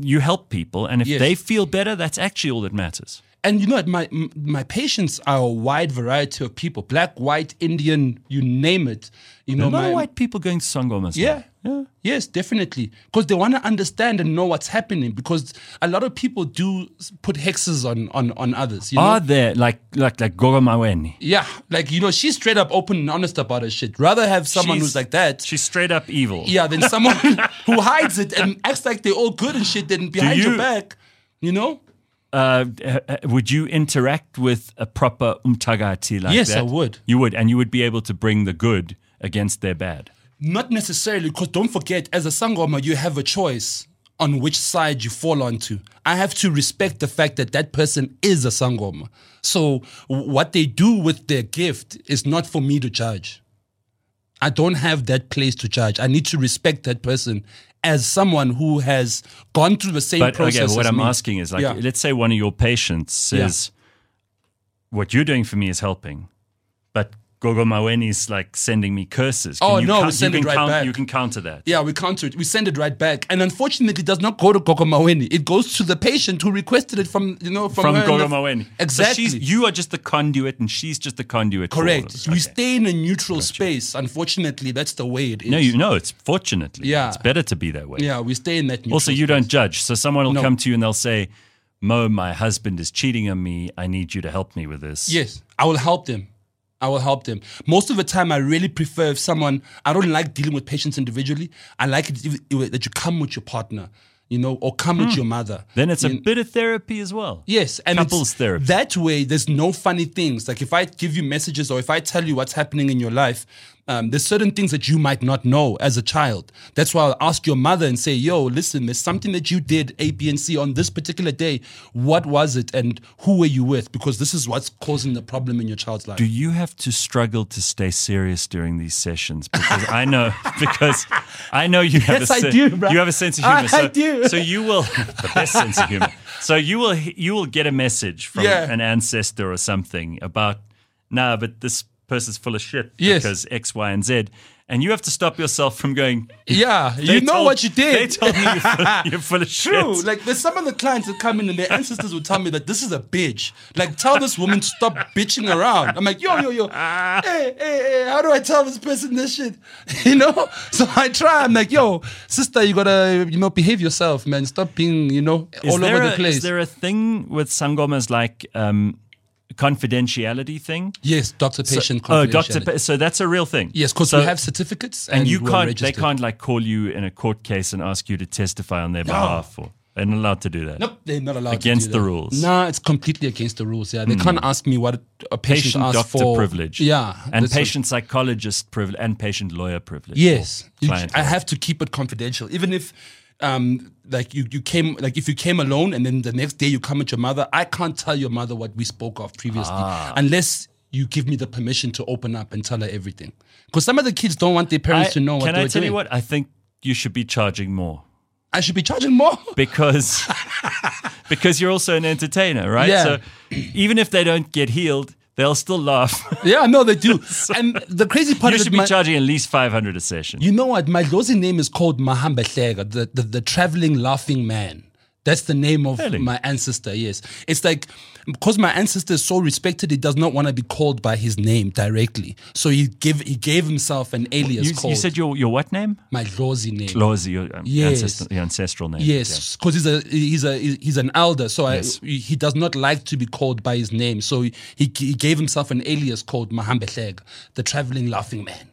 you help people, and if
Yes.
they feel better, that's actually all that matters.
And you know, what, my m- my patients are a wide variety of people: black, white, Indian, you name it. You know,
A lot
my,
of white people going to Sangoma. still.
Oh, Yeah. Yes, definitely. Because they want to understand and know what's happening. Because a lot of people do s- put hexes on on on others. You know?
Are there like like like Goro Maweni?
yeah, like you know, she's straight up open and honest about her shit. Rather have someone
She's-
who's like that.
She's straight up evil.
yeah, than someone *laughs* who hides it and acts like they're all good and shit. Then behind
you-
your back, you know.
uh, uh, uh, would you interact with a proper umtagati like
Yes,
that?
I would.
You would, and you would be able to bring the good against their bad.
Not necessarily, because don't forget, as a Sangoma, you have a choice on which side you fall onto. I have to respect the fact that that person is a Sangoma. So, w- what they do with their gift is not for me to judge. I don't have that place to judge. I need to respect that person as someone who has gone through the same
But
process.
okay, what
as
I'm
me.
asking is like,
Yeah.
let's say one of your patients
Yeah.
says, "What you're doing for me is helping," but Gogo Maweni is like sending me curses. Can
Oh,
you
no,
coun-
we send
you
it
can
right
count-
back.
You can counter that.
Yeah, we counter it. We send it right back, and unfortunately, it does not go to Gogomaweni. It goes to the patient who requested it from you know from,
From
her and
Gogo
the-
Maweni.
Exactly.
So she's, you are just the conduit, and she's just the conduit. for all of
Correct.
this.
We
Okay.
stay in a neutral space. Unfortunately, that's the way it is.
no, you know, it's fortunately.
Yeah.
It's better to be that way.
yeah, we stay in that neutral
Also, you
space.
don't judge. So someone will come to you and they'll say, Mo, my husband is cheating on me. I need you to help me with this.
Yes, I will help them. I will help them. Most of the time, I really prefer if someone, I don't like dealing with patients individually. I like it if, if- that you come with your partner, you know, or come with your mother.
Hmm. Then it's a bit of therapy as well.
Yes, and it's-
Couples therapy.
That way, there's no funny things. Like if I give you messages or if I tell you what's happening in your life, um, there's certain things that you might not know as a child. That's why I'll ask your mother and say, "Yo, listen, there's something that you did A, B, and C on this particular day. What was it, and who were you with? Because this is what's causing the problem in your child's life."
Do you have to struggle to stay serious during these sessions? Because I know, *laughs* because I know you have
Yes,
a
I do, bruh.
you have a sense of
*laughs* I-
humor. so,
I do.
So you will the best sense of humor. So you will you will get a message from
Yeah.
an ancestor or something about nah, but this person's full of shit
Yes.
because X, Y, and Z, and you have to stop yourself from going.
yeah,
They
you know
told-
what you did.
They told me you're full,
*laughs*
you're full of
True.
shit.
Like there's some of the clients that come in and their ancestors will tell me that this is a bitch. Like tell this woman to stop bitching around. I'm like, yo, yo,
*laughs*
yo. Hey, hey, hey, how do I tell this person this shit? *laughs* You know? So I try. I'm like, yo, sister, you gotta, you know, behave yourself, man. Stop being, you know,
Is
all
there
over
a,
the place.
Is there a thing with sangomas like um, confidentiality thing?
yes, doctor patient
Oh, doctor.
confidentiality.
Pa- so that's a real thing.
Yes, because
so,
we have certificates and,
And you
we're
can't.
registered.
They can't like call you in a court case and ask you to testify on their behalf. Or they're not allowed to do that.
Nope, they're not allowed
Against
to do
the
that.
rules. Hmm.
No, it's completely against the rules. Yeah, they can't ask me what a patient,
Patient
asked
doctor
for.
privilege.
Yeah,
And
that's what-
patient psychologist privilege and patient lawyer privilege.
Yes,
or
You-
client
I
lawyer.
have to keep it confidential, even if. Um, like you, you came, like if you came alone, and then the next day you come with your mother, I can't tell your mother what we spoke of previously,
Ah.
unless you give me the permission to open up and tell her everything. Because some of the kids don't want their parents
I-
to know what
Can
they
I
were
tell
doing.
you what? I think you should be charging more.
I should be charging more. *laughs*
because because you're also an entertainer, right?
Yeah.
So even if they don't get healed, they'll still laugh. *laughs*
yeah, no, they do. and the crazy part
you
is
should
that
be
my-
charging at least five hundred a session.
You know what? My Lozi name is called Mahambahlega, the, the, the traveling laughing man. That's the name of
Really?
my ancestor, yes. It's like because my ancestor is so respected, he does not want to be called by his name directly. So he give he gave himself an alias
You,
called
you said your, your what name?
my Lozi name.
Laws, your, um,
Yes.
ancestral, your ancestral name.
Yes, because he's a he's a he's an elder, so
Yes.
I, he does not like to be called by his name. So he, he gave himself an alias called Mahambehleg, the traveling laughing man.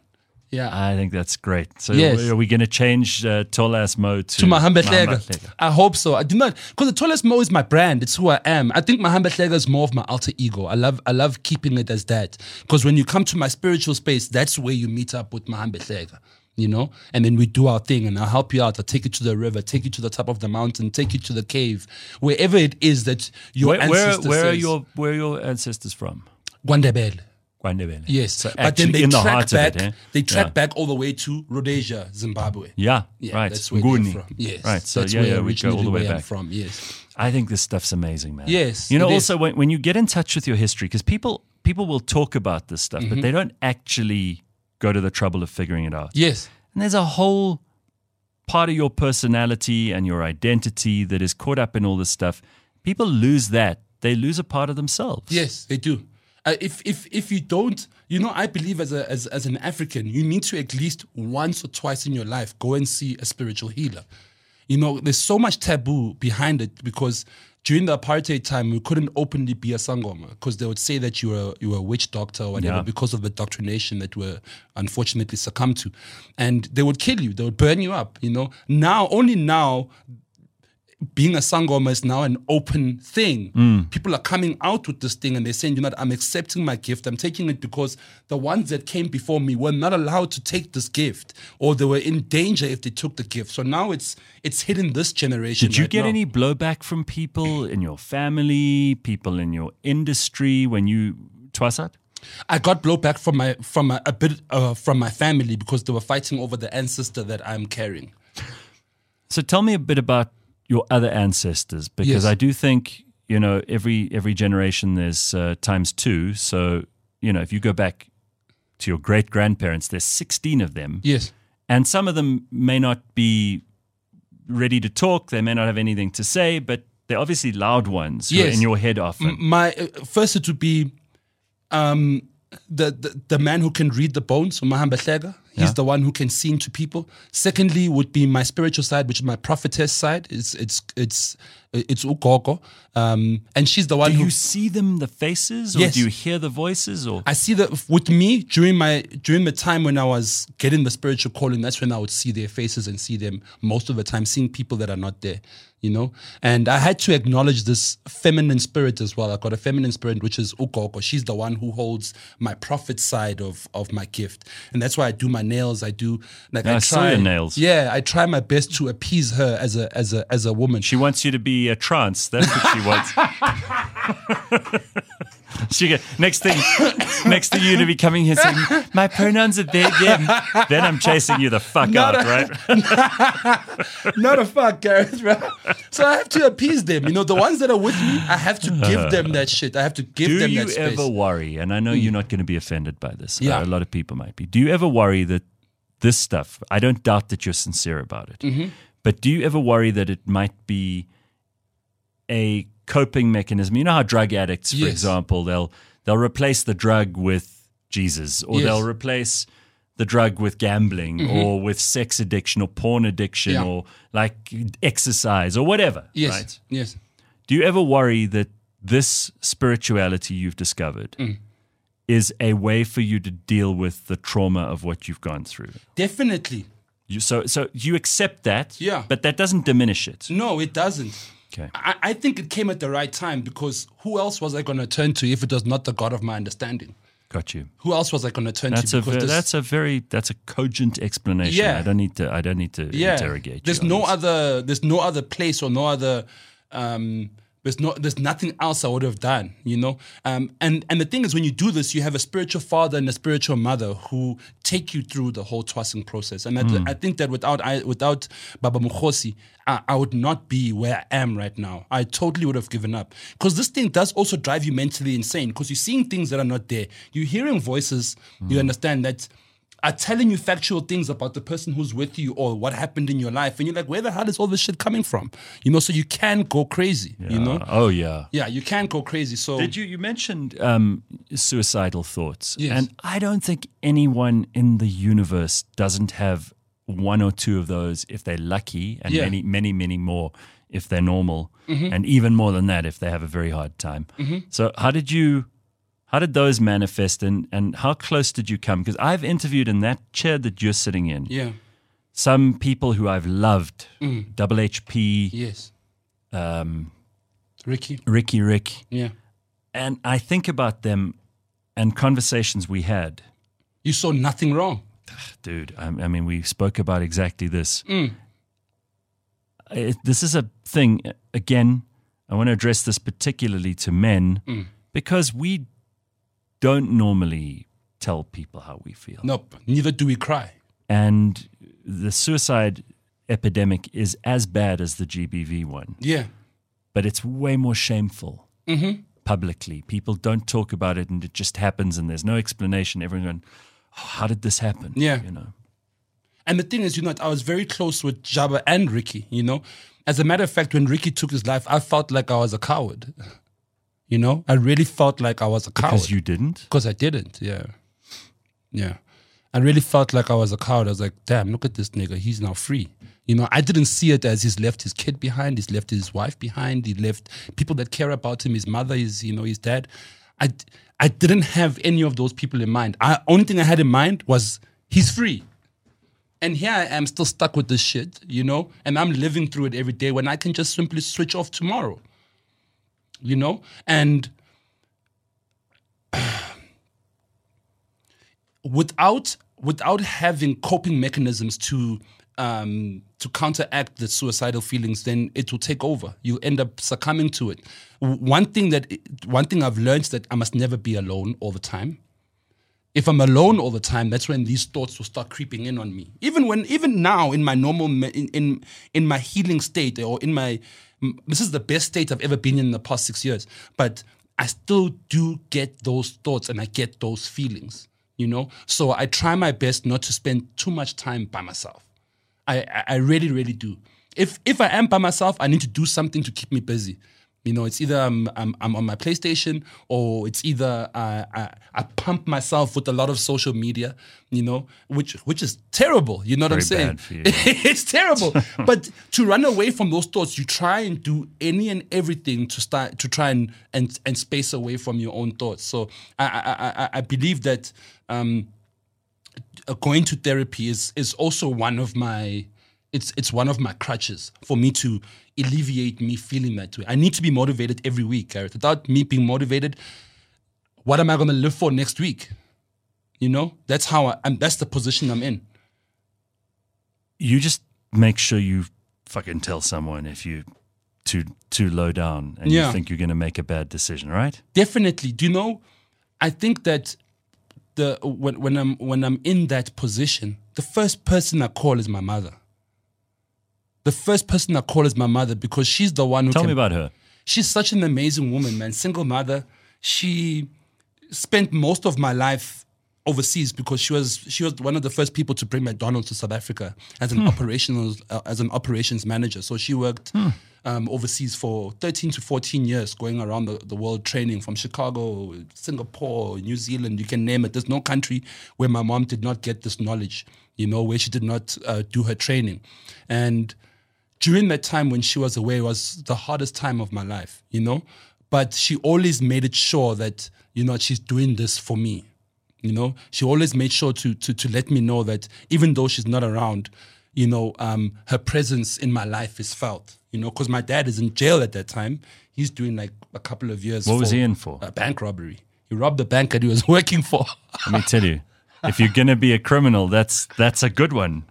Yeah,
I think that's great. So
Yes.
are we going to change uh, Tolas Mo to,
to Mahambehleg.
Mahambetlega?
I hope so. I do not because the tallest mo is my brand. It's who I am. I think Mahambehleg is more of my alter ego. I love I love keeping it as that because when you come to my spiritual space, that's where you meet up with Mahambehleg. You know, and then we do our thing, and I'll help you out. I'll take you to the river, take you to the top of the mountain, take you to the cave, wherever it is that your
Where, where,
ancestors.
where, are
says.
your, where are your ancestors from?
Guandabele.
Guandebele.
Yes,
So
but then
actually
they
in the
track
heart
back.
of it. eh?
They track
Yeah.
back all the way to Rhodesia, Zimbabwe.
Yeah,
Yeah,
right.
That's where
Nguni.
they're from. Yes,
Right. So
that's
yeah,
where
yeah, we go
originally
all the way
where I'm
back.
from. Yes,
I think this stuff's amazing, man.
Yes,
You know,
it
also when, when you get in touch with your history, because people people will talk about this stuff,
Mm-hmm.
but they don't actually go to the trouble of figuring it out.
yes,
And there's a whole part of your personality and your identity that is caught up in all this stuff. People lose that. They lose a part of themselves.
yes, they do. Uh, if if if you don't, you know, I believe as a as, as an African, you need to at least once or twice in your life go and see a spiritual healer. You know, there's so much taboo behind it because during the apartheid time, we couldn't openly be a sangoma because they would say that you were you were a witch doctor or whatever
Yeah.
because of the doctrination that were unfortunately succumbed to, and they would kill you, they would burn you up. You know, now only now being a sangoma is now an open thing.
Mm.
People are coming out with this thing and they're saying, you know, what, I'm accepting my gift. I'm taking it because the ones that came before me were not allowed to take this gift or they were in danger if they took the gift. So now it's it's hitting this generation.
Did you
right
get
now.
any blowback from people in your family, people in your industry when you Twasat?
I got blowback from my from my, a bit uh, from my family because they were fighting over the ancestor that I'm carrying.
So tell me a bit about your other ancestors, because
Yes.
I do think you know every every generation there's uh, times two. So you know if you go back to your great grandparents, there's 16 of them,
Yes.
and some of them may not be ready to talk. They may not have anything to say, but they're obviously loud ones who are
Yes.
in your head often.
my uh, first it would be um the, the the man who can read the bones so Mahamba Hlega. He's the one who can sing to people. Secondly, would be my spiritual side, which is my prophetess side. It's it's it's it's Ugogo, um, and she's the one
do
who
you see them, the faces, or
Yes.
do you hear the voices, or
I see that with me during my during the time when I was getting the spiritual calling, that's when I would see their faces and see them most of the time, seeing people that are not there, you know. And I had to acknowledge this feminine spirit as well. I got a feminine spirit, which is Ukoko. She's the one who holds my prophet side of of my gift, and that's why I do my nails. I do like
Yeah,
I
I saw
try
your nails.
Yeah, I try my best to appease her as a as a as a woman.
She wants you to be a trance. That's what she wants. *laughs* she go, next thing, next thing you to be coming here saying my pronouns are they them. Then I'm chasing you the fuck out, right?
not a fuck, Gareth, bro. So I have to appease them. You know, the ones that are with me, I have to give them that shit. I have to give
Do
them
you
that space. Mm.
ever worry? And I know you're not going to be offended by this.
Yeah.
Uh, a lot of people might be. Do you ever worry that this stuff? I don't doubt that you're sincere about it,
Mm-hmm.
but do you ever worry that it might be a coping mechanism? You know how drug addicts, for
Yes.
example, they'll they'll replace the drug with Jesus, or
Yes. Mm-hmm.
they'll replace the drug with gambling, or with sex addiction, or porn addiction,
Yeah.
or like exercise, or whatever.
yes,
Right?
yes.
Do you ever worry that this spirituality you've discovered
Mm.
is a way for you to deal with the trauma of what you've gone through?
Definitely.
You, so, so you accept that,
Yeah.
but that doesn't diminish it.
No, it doesn't.
Okay.
I, I think it came at the right time because who else was I going to turn to if it was not the God of my understanding?
Got you.
Who else was I going to turn
That's
to?
a ve-
this-
that's a very that's a cogent explanation.
Yeah.
I don't need to I don't need to interrogate.
There's
you on
no
this.
other. There's no other place or no other. Um, there's no. There's nothing else I would have done. You know. Um, and and the thing is, when you do this, you have a spiritual father and a spiritual mother who take you through the whole twassing process. And I,
Hmm.
I think that without I without Baba Mukhosi, I, I would not be where I am right now. I totally would have given up because this thing does also drive
Hmm.
you mentally insane because you're seeing things that are not there. You're hearing voices. You understand that are telling you factual things about the person who's with you or what happened in your life. And you're like, where the hell is all this shit coming from? You know, so you can go crazy, you know?
Uh, oh yeah.
Yeah, you can go crazy. So
Did you you mentioned um, suicidal thoughts?
Yes.
And I don't think anyone in the universe doesn't have one or two of those if they're lucky, and
Yeah. Mm-hmm.
many, many, many more if they're normal, and even more than that if they have a very hard time. So how did you? How did those manifest, and and how close did you come? Because I've interviewed in that chair that you're sitting in
yeah,
some people who I've loved,
Mm.
Double HP,
yes. Um, Ricky,
Ricky Rick.
yeah.
and I think about them and conversations we had.
You saw nothing wrong.
Dude, I, I mean, we spoke about exactly this. It, this is a thing, again, I want to address this particularly to men because we don't normally tell people how we feel.
Nope. Neither do we cry.
And the suicide epidemic is as bad as the GBV one,
Yeah.
but it's way more shameful. publicly. People don't talk about it, and it just happens, and there's no explanation. Everyone, going, oh, how did this happen?
Yeah.
you know.
And the thing is, you know, I was very close with Jabba and Ricky, you know. As a matter of fact, when Ricky took his life, I felt like I was a coward. *laughs* You know, I really felt like I was a coward.
Because you didn't.
Because I didn't, yeah. Yeah. I really felt like I was a coward. I was like, damn, look at this nigga. He's now free. You know, I didn't see it as he's left his kid behind, he's left his wife behind, he left people that care about him, his mother, his, you know, his dad. I, d- I didn't have any of those people in mind. I only thing I had in mind was he's free. And here I am still stuck with this shit, you know, and I'm living through it every day when I can just simply switch off tomorrow, you know? And without without having coping mechanisms to um, to counteract the suicidal feelings, then it will take over. You end up succumbing to it. W- One thing that one thing I've learned is that I must never be alone all the time. If I'm alone all the time, that's when these thoughts will start creeping in on me. Even when, even now, in my normal, me- in in, in my healing state, or in my, m- this is the best state I've ever been in, in the past six years. But I still do get those thoughts and I get those feelings you know so i try my best not to spend too much time by myself i i, I really really do if if i am by myself i need to do something to keep me busy you know it's either i'm i'm, I'm on my playstation or it's either I, I i pump myself with a lot of social media you know which which is terrible you know what i'm
Very
saying
bad for you.
*laughs* it's terrible but to run away from those thoughts you try and do any and everything to start to try and and, and space away from your own thoughts so i i I- i, I believe that um uh, going to therapy is is also one of my it's it's one of my crutches for me to alleviate me feeling that way. I need to be motivated every week, Gareth. Without me being motivated, what am I going to live for next week? You know, that's how I, I'm. That's the position I'm in.
You just make sure you fucking tell someone if you too too low down and
Yeah.
you think you're going to make a bad decision, right?
definitely do you know i think that the when, when i'm when i'm in that position the first person i call is my mother the first person i call is my mother because she's the one who
Tell
can
me about her.
she's such an amazing woman, man. Single mother. She spent most of my life overseas because she was she was one of the first people to bring McDonald's to South Africa as an operational uh, as an operations manager. So she worked um, overseas for 13 to 14 years, going around the, the world training from Chicago, Singapore, New Zealand. You can name it. There's no country where my mom did not get this knowledge. You know where she did not uh, do her training, and during that time when she was away was the hardest time of my life, you know. But she always made it sure that you know she's doing this for me, you know. She always made sure to to to let me know that even though she's not around, you know, um, her presence in my life is felt, you know, because my dad is in jail at that time. He's doing like a couple of years.
What was he in for?
A bank robbery. He robbed the bank that he was *laughs* working for.
Let me tell you, if you're going to be a criminal, that's that's a good
*laughs*
one.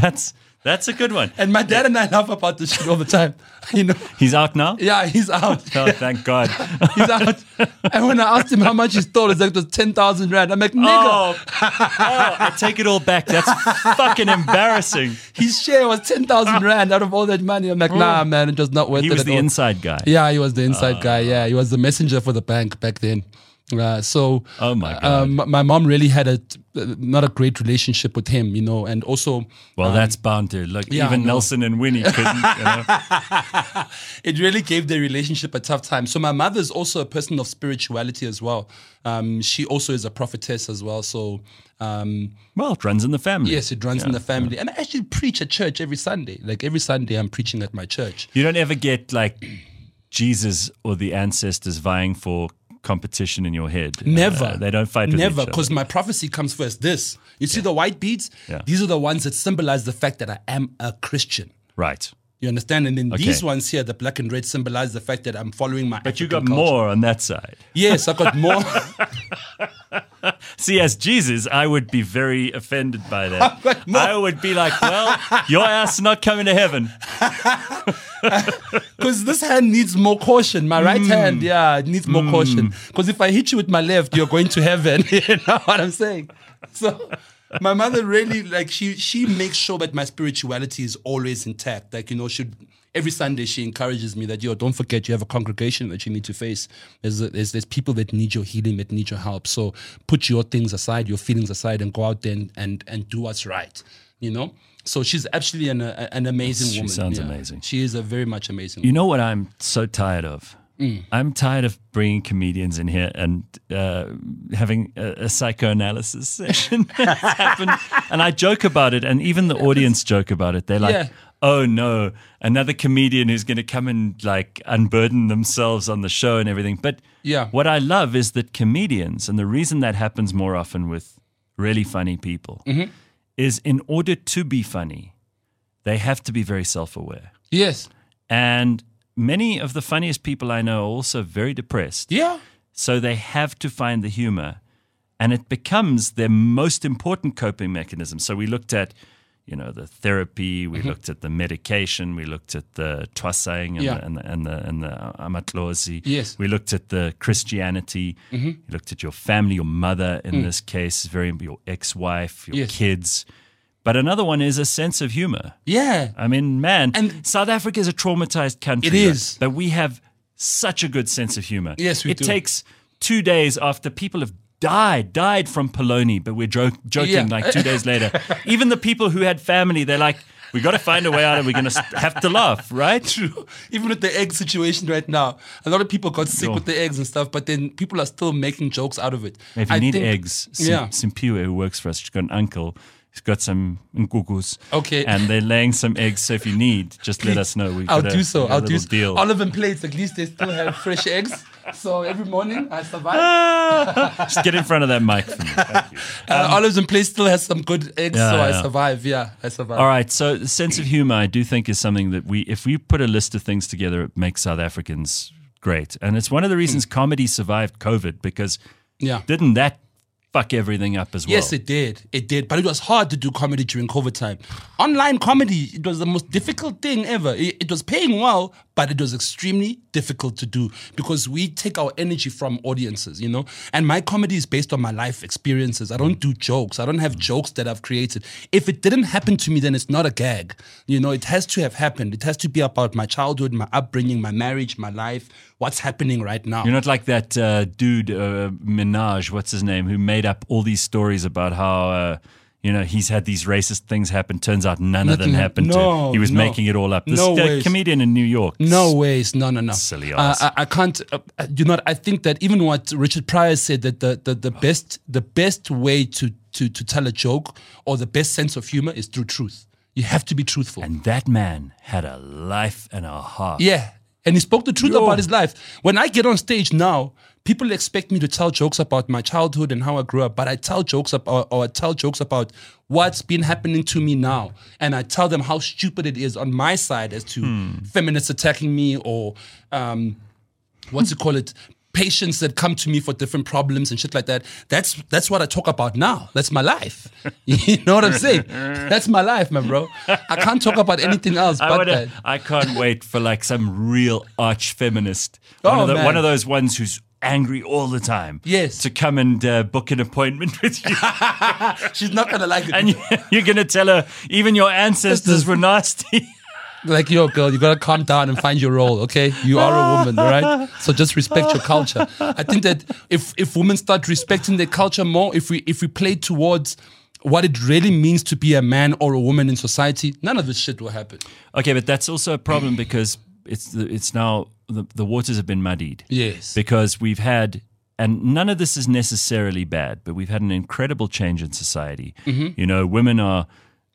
that's that's a good one.
And my dad and I laugh about this shit all the time, *laughs* you
*laughs*
know.
He's out now.
Yeah, he's out.
Oh, thank
*laughs*
God.
He's out. and when I asked him how much he stole, it's like it was 10,000 rand. I'm like, nigga,
Oh, oh, I take it all back. That's fucking embarrassing.
his share was
*laughs*
10,000 rand out of all that money. I'm like, nah, man, it was not worth
Oh. He
it.
was
at
the
all.
inside guy. Ah.
Yeah, he was the inside guy. Yeah, he was the messenger for the bank back then. Uh, so,
Oh my
uh,
God.
my, my mom really had a uh, not a great relationship with him, you know, and also
well, that's bound to. Look,
yeah,
even
no.
Nelson and Winnie couldn't. You
*laughs*
know?
it really gave their relationship a tough time. So my mother's also a person of spirituality as well. Um, she also is a prophetess as well. So um,
Well, it runs in the family.
yes, it runs in the family. And I actually preach at church every Sunday. Like every Sunday, I'm preaching at my church.
You don't ever get like Jesus or the ancestors vying for competition in your head.
Never.
Uh, they don't fight with
Never,
each other.
because my prophecy comes first. This. You see the white beads?
Yeah.
These are the ones that symbolize the fact that I am a Christian.
Right.
You understand? And then
Okay.
these ones here, the black and red, symbolize the fact that I'm following my.
But you got
African culture.
more on that side.
Yes, I
*laughs*
got more.
See, as Jesus, I would be very offended by
*laughs* I've
that.
got more.
I would be like, well, your ass not coming to heaven.
Because this hand needs more caution. My
Hmm.
right hand, yeah, it needs more caution. Because if I hit you with my left, you're going to heaven. *laughs* you know what I'm saying? So my mother really like she she makes sure that my spirituality is always intact. Like, you know, she every Sunday she encourages me that yo, don't forget you have a congregation that you need to face. There's there's there's people that need your healing, that need your help. So put your things aside, your feelings aside, and go out there and and, and do what's right. You know? So she's actually an uh, an amazing
She
woman.
sounds amazing.
She is a very much amazing.
You know what I'm so tired of?
Mm.
I'm tired of bringing comedians in here and uh, having a, a psychoanalysis *laughs* session happen. And I joke about it, and even the audience joke about it. They're like,
Yeah.
oh no, another comedian who's going to come and like unburden themselves on the show and everything. But
Yeah.
what I love is that comedians, and the reason that happens more often with really funny people,
Mm-hmm.
is in order to be funny, they have to be very self aware.
Yes.
And many of the funniest people I know are also very depressed.
Yeah.
So they have to find the humor and it becomes their most important coping mechanism. So we looked at, you know, the therapy,
Mm-hmm.
we looked at the medication, we looked at the twasang and,
Yeah.
the, and the and the and the amatlozi.
Yes. Mm-hmm.
We looked at the Christianity. We looked at your family, your mother in this case, very your ex-wife, your
Mm. Yes.
kids. But another one is a sense of humor.
Yeah.
I mean, man,
And-
South Africa is a traumatized country.
It is.
But we have such a good sense of humor.
Yes, we
it
do.
takes two days after people have died, died from polony, but we're jo- joking
Yeah.
like two days
*laughs*
later. Even the people who had family, they're like, we got to find a way out and we're going to have to laugh, right?
*laughs* True. Even with the egg situation right now, a lot of people got sick
Yo.
with the eggs and stuff, but then people are still making jokes out of it.
If you
I
need
think-
eggs, Sim-
yeah.
Simpiwe, who works for us, she's got an uncle. He's got some ngugus.
Okay.
And they're laying some eggs. So if you need, just let us know. We've
I'll
got a-
do so.
a
I'll do
little
so.
Deal.
Olive and plates, at least they still have
*laughs*
fresh eggs. So every morning I survive.
Ah. just get in front of that mic for me. Thank you.
Uh, olives and plates still has some good eggs,
Yeah,
so
yeah.
I survive. Yeah, I survive.
All right. So the sense of humor, I do think, is something that we, if we put a list of things together, it makes South Africans great. And it's one of the
Hmm.
reasons comedy survived COVID because
Yeah.
didn't that fuck everything up as well?
Yes, it did. It did. But it was hard to do comedy during COVID time. Online comedy, it was the most difficult thing ever. It, it was paying well, but it was extremely difficult to do because we take our energy from audiences, you know? And my comedy is based on my life experiences. I don't do jokes, I don't have jokes that I've created. If it didn't happen to me, then it's not a gag. You know, it has to have happened. It has to be about my childhood, my upbringing, my marriage, my life, what's happening right now.
You're not like that uh, dude, uh, Minaj, what's his name, who made up all these stories about how. Uh, you know, he's had these racist things happen. Turns out none of them
Nothing
happened to
happened.
him. He was
No,
making it all up. This
no
the
ways.
comedian in New York.
No ways. No, no, no.
Silly
Uh,
ass.
I, I can't. Uh, uh, you know, what? I think that even what Richard Pryor said that the, the, the best the best way to, to to tell a joke or the best sense of humor is through truth. You have to be truthful.
And that man had a life and a half.
yeah, and he spoke the truth
Yo.
about his life. When I get on stage now, people expect me to tell jokes about my childhood and how I grew up, but I tell jokes about or I tell jokes about what's been happening to me now, and I tell them how stupid it is on my side as to
Hmm.
feminists attacking me or. Um, what's it call it patients that come to me for different problems and shit like that that's that's what i talk about now that's my life *laughs* you know what
*laughs*
i'm saying that's my life my bro i can't talk about anything else
I,
but
wanna-
that
I can't wait for like some real arch feminist. One
Oh,
of the-
man.
one of those ones who's angry all the time.
Yes.
To come and uh, book an appointment *laughs* with you.
she's not gonna like it *laughs*
and you, you're going to tell her even your ancestors were nasty.
like, yo, girl, you gotta calm down and find your role, okay? You are a woman, all right? So just respect your culture. I think that if if women start respecting their culture more, if we if we play towards what it really means to be a man or a woman in society, none of this shit will happen.
Okay, but that's also a problem because it's the, it's now the, the waters have been muddied.
Yes.
Because we've had, and none of this is necessarily bad, but we've had an incredible change in society.
Mm-hmm.
You know, women are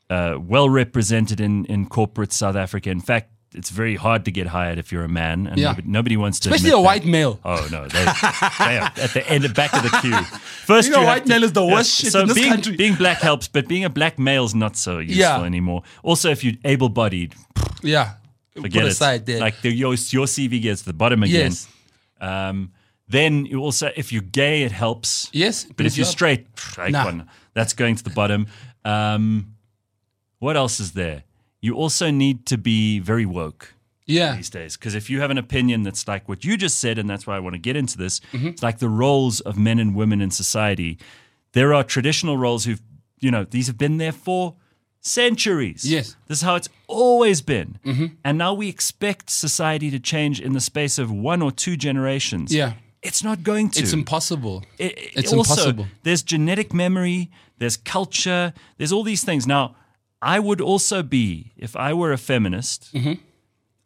uh, well represented in, in corporate South Africa. In fact, it's very hard to get hired if you're a man, and
Yeah.
nobody, nobody wants to.
Especially
admit
a
that.
white male.
Oh no, they, they are at the end, back of the queue. First,
*laughs* You know,
have
white male is the worst shit
so
in this
being,
country.
Being black helps, but being a black male's not so useful
Yeah.
anymore. Also, if you're able-bodied,
Yeah.
forget
Put
it.
aside there.
Like the, your your CV gets to the bottom again.
Yes.
Um, then you also, if you're gay, it helps.
Yes, it
but if
brings
you're
you up.
straight, pff, like
Nah.
one, that's going to the bottom. Um, what else is there? You also need to be very woke
yeah.
these days. Because if you have an opinion that's like what you just said, and that's why I want to get into this,
Mm-hmm.
it's like the roles of men and women in society. There are traditional roles who've, you know, these have been there for centuries.
Yes. Mm-hmm.
This is how it's always been. And now we expect society to change in the space of one or two generations.
Yeah.
It's not going to.
It's impossible.
It- it-
It's
also,
impossible.
There's genetic memory, there's culture, there's all these things. Now, I would also be, if I were a feminist,
Mm-hmm.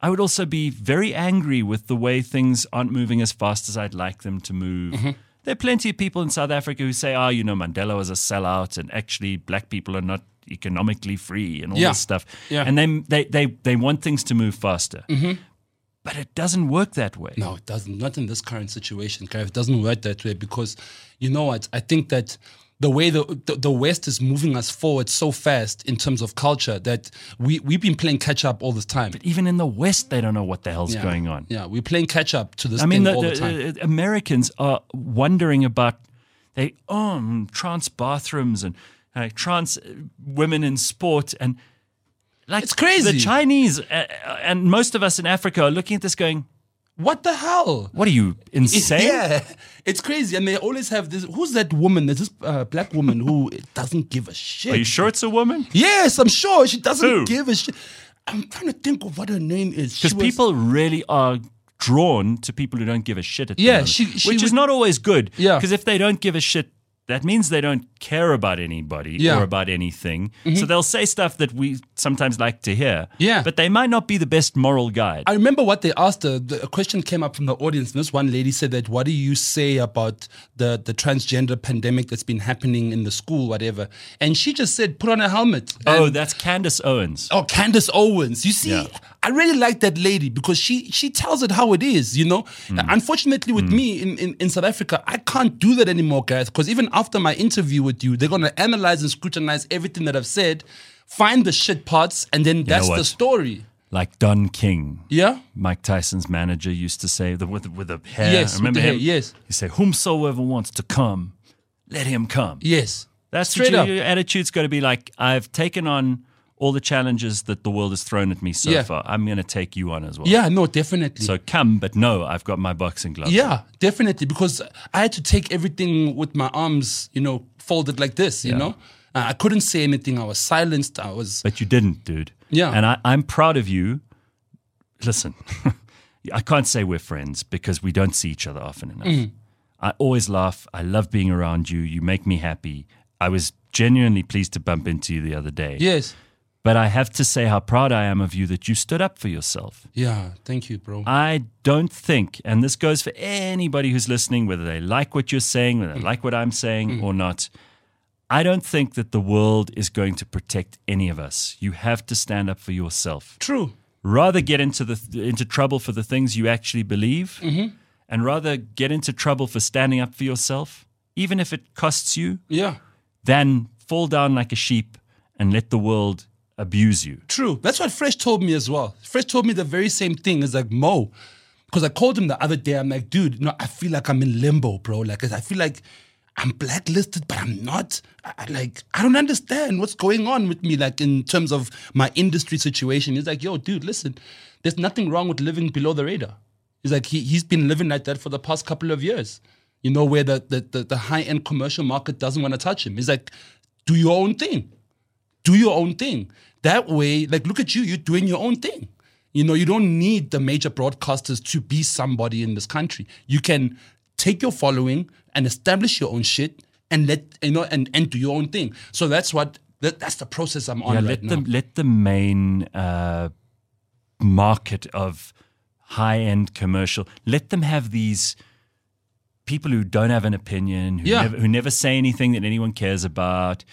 I would also be very angry with the way things aren't moving as fast as I'd like them to move.
Mm-hmm.
There are plenty of people in South Africa who say, oh, you know, Mandela was a sellout and actually black people are not economically free and all
Yeah.
this stuff.
Yeah. Mm-hmm.
And they, they, they, they want things to move faster. But it doesn't work that way.
No, it doesn't. Not in this current situation, Gav. It doesn't work that way because you know what? I think that the way the, the the West is moving us forward so fast in terms of culture that we we've been playing catch up all this time.
Even in the West, they don't know what the hell's going on.
Yeah, we're playing catch up to this
I mean,
thing
the,
all the,
the-
time.
uh, Americans are wondering about they own trans bathrooms and uh, trans uh, women in sport and like
It's crazy.
The Chinese uh, uh, and most of us in Africa are looking at this going,
what the hell?
"What are you insane?"
*laughs* Yeah, *laughs* it's crazy, and they always have this. Who's that woman? There's this uh, black woman who *laughs* doesn't give a shit.
Are you sure it's a woman?
Yes, I'm sure she doesn't
Who?
give a shit. I'm trying to think of what her name is. She
Because
was-
people really are drawn to people who don't give a shit at the
Yeah,
moment,
she- she
which is
would-
not always good.
Yeah.
because if they don't give a shit, that means they don't care about anybody
Yeah. Mm-hmm.
or about anything. So they'll say stuff that we sometimes like to hear.
Yeah.
but they might not be the best moral guide.
I remember what they asked. The, the a question came up from the audience. And this one lady said that, "What do you say about the the transgender pandemic that's been happening in the school, whatever?" And she just said, "Put on a helmet."
oh,
And-
that's Candace Owens.
oh, Candace Owens. You see,
Yeah.
I really like that lady because she she tells it how it is. You know,
Hmm.
unfortunately, with me in, in in South Africa, I can't do that anymore, guys. Because even after my interview with you, they're gonna analyze and scrutinize everything that I've said, find the shit parts, and then that's
what?
the story.
Like Don King.
Yeah.
Mike Tyson's manager used to say the, with with the hair.
Yes, with
remember
the hair,
him?
yes.
he said, "Whomsoever wants to come, let him come."
Yes.
That's
Straight
what
up.
your, your attitude's got to be like. I've taken on all the challenges that the world has thrown at me so
Yeah.
far. I'm going to take you on as well.
Yeah, no, definitely.
So come, but no, I've got my boxing gloves.
yeah, definitely. Because I had to take everything with my arms, you know, folded like this, you know? Uh, I couldn't say anything. I was silenced. I was.
But you didn't, dude.
Yeah.
And I, I'm proud of you. Listen, *laughs* I can't say we're friends because we don't see each other often enough.
Mm-hmm.
I always laugh. I love being around you. You make me happy. I was genuinely pleased to bump into you the other day.
Yes.
But I have to say how proud I am of you that you stood up for yourself.
Yeah, thank you, bro.
I don't think, and this goes for anybody who's listening, whether they like what you're saying, whether they like what I'm saying or not, I don't think that the world is going to protect any of us. You have to stand up for yourself.
True.
Rather get into the into trouble for the things you actually believe, and rather get into trouble for standing up for yourself, even if it costs you,
Yeah,
than fall down like a sheep and let the world abuse you.
true. That's what Fresh told me as well. Fresh told me the very same thing. It's like, Mo, because I called him the other day. I'm like, dude, no, I feel like I'm in limbo, bro. Like, I feel like I'm blacklisted, but I'm not. I, I, like, I don't understand what's going on with me, like, in terms of my industry situation. He's like, yo, dude, listen, there's nothing wrong with living below the radar. He's like, he, he's been living like that for the past couple of years, you know, where the, the, the, the high end commercial market doesn't want to touch him. He's like, do your own thing. do your own thing. That way, like, look at you, you're doing your own thing. You know, you don't need the major broadcasters to be somebody in this country. You can take your following and establish your own shit and let, you know, and, and do your own thing. So that's what, that, that's the process I'm on
Yeah,
right
let
now.
the let the main uh, market of high end commercial let them have these people who don't have an opinion, who,
Yeah.
never, who never say anything that anyone cares about,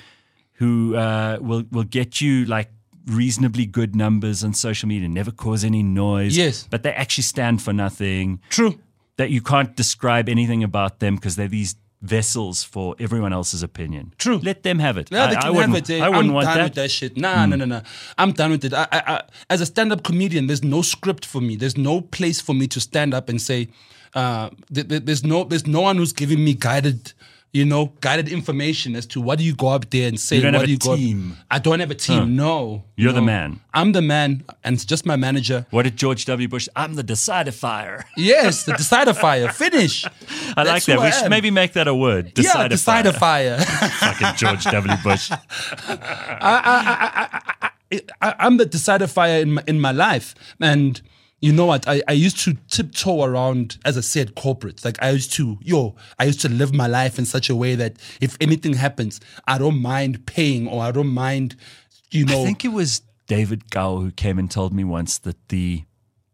who uh, will will get you like reasonably good numbers on social media, never cause any noise.
Yes.
but they actually stand for nothing.
True.
That you can't describe anything about them because they're these. Vessels for everyone else's opinion.
True.
Let them have it.
Yeah, they
I- I
can
wouldn't-
have it. eh?
I wouldn't
I'm
want
done
that.
with that shit. Nah, no, no, no. I'm done with it. I, I, I, as a stand-up comedian, there's no script for me. There's no place for me to stand up and say, uh, th- th- there's no, there's no one who's giving me guided, you know, guided information as to what do you go up there and say.
You don't
what
have a
do you go up-
team.
I don't have a team. No,
You're the
No.
man.
I'm the man, and it's just my manager.
What did George W. Bush? I'm the decidifier.
Yes, the decider fire.
*laughs*
Finish.
I like
That's
that.
who
We
I
should
am.
maybe make that a word. Decidifier.
Yeah, decider
*laughs*
fire.
Fucking George W. *laughs* Bush.
I, I'm the decidifier in my, in my life. And you know what? I, I used to tiptoe around, as I said, corporate. Like I used to, yo, I used to live my life in such a way that if anything happens, I don't mind paying or I don't mind, you
I
know.
think it was David Gow who came and told me once that the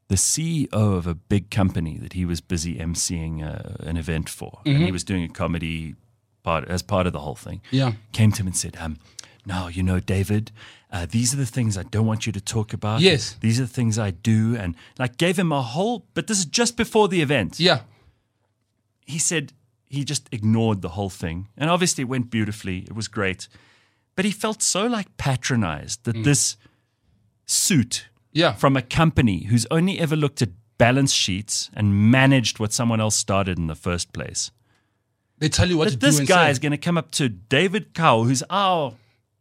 the CEO of a big company that he was busy emceeing uh, an event for, and he was doing a comedy part as part of the whole thing.
Yeah.
came to him and said, um, "No, you know, David, uh, these are the things I don't want you to talk about.
Yes.
these are the things I do," and like gave him a whole. But this is just before the event.
yeah.
he said he just ignored the whole thing. And obviously, it went beautifully. It was great. But he felt so like patronized
Mm.
that this suit
Yeah.
from a company who's only ever looked at balance sheets and managed what someone else started in the first place.
They tell you what to
That this
do. and
guy
say.
is going to come up to David Cowell, who's our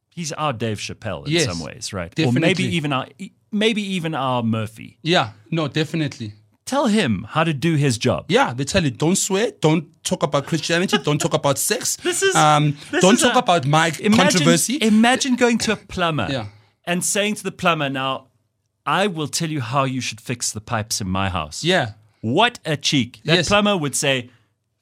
he's our Dave Chappelle in
Yes,
some ways, right? Or maybe
definitely.
even our e, maybe even our Murphy.
Yeah. No, definitely.
Tell him how to do his job.
Yeah, they tell you don't swear, don't talk about Christianity, don't talk about sex.
*laughs*
um,
This is- this
don't
is
talk
a-
about my controversy.
Imagine going to a plumber
Yeah.
and saying to the plumber, "Now, I will tell you how you should fix the pipes in my house."
yeah.
What a cheek! That
Yes.
plumber would say,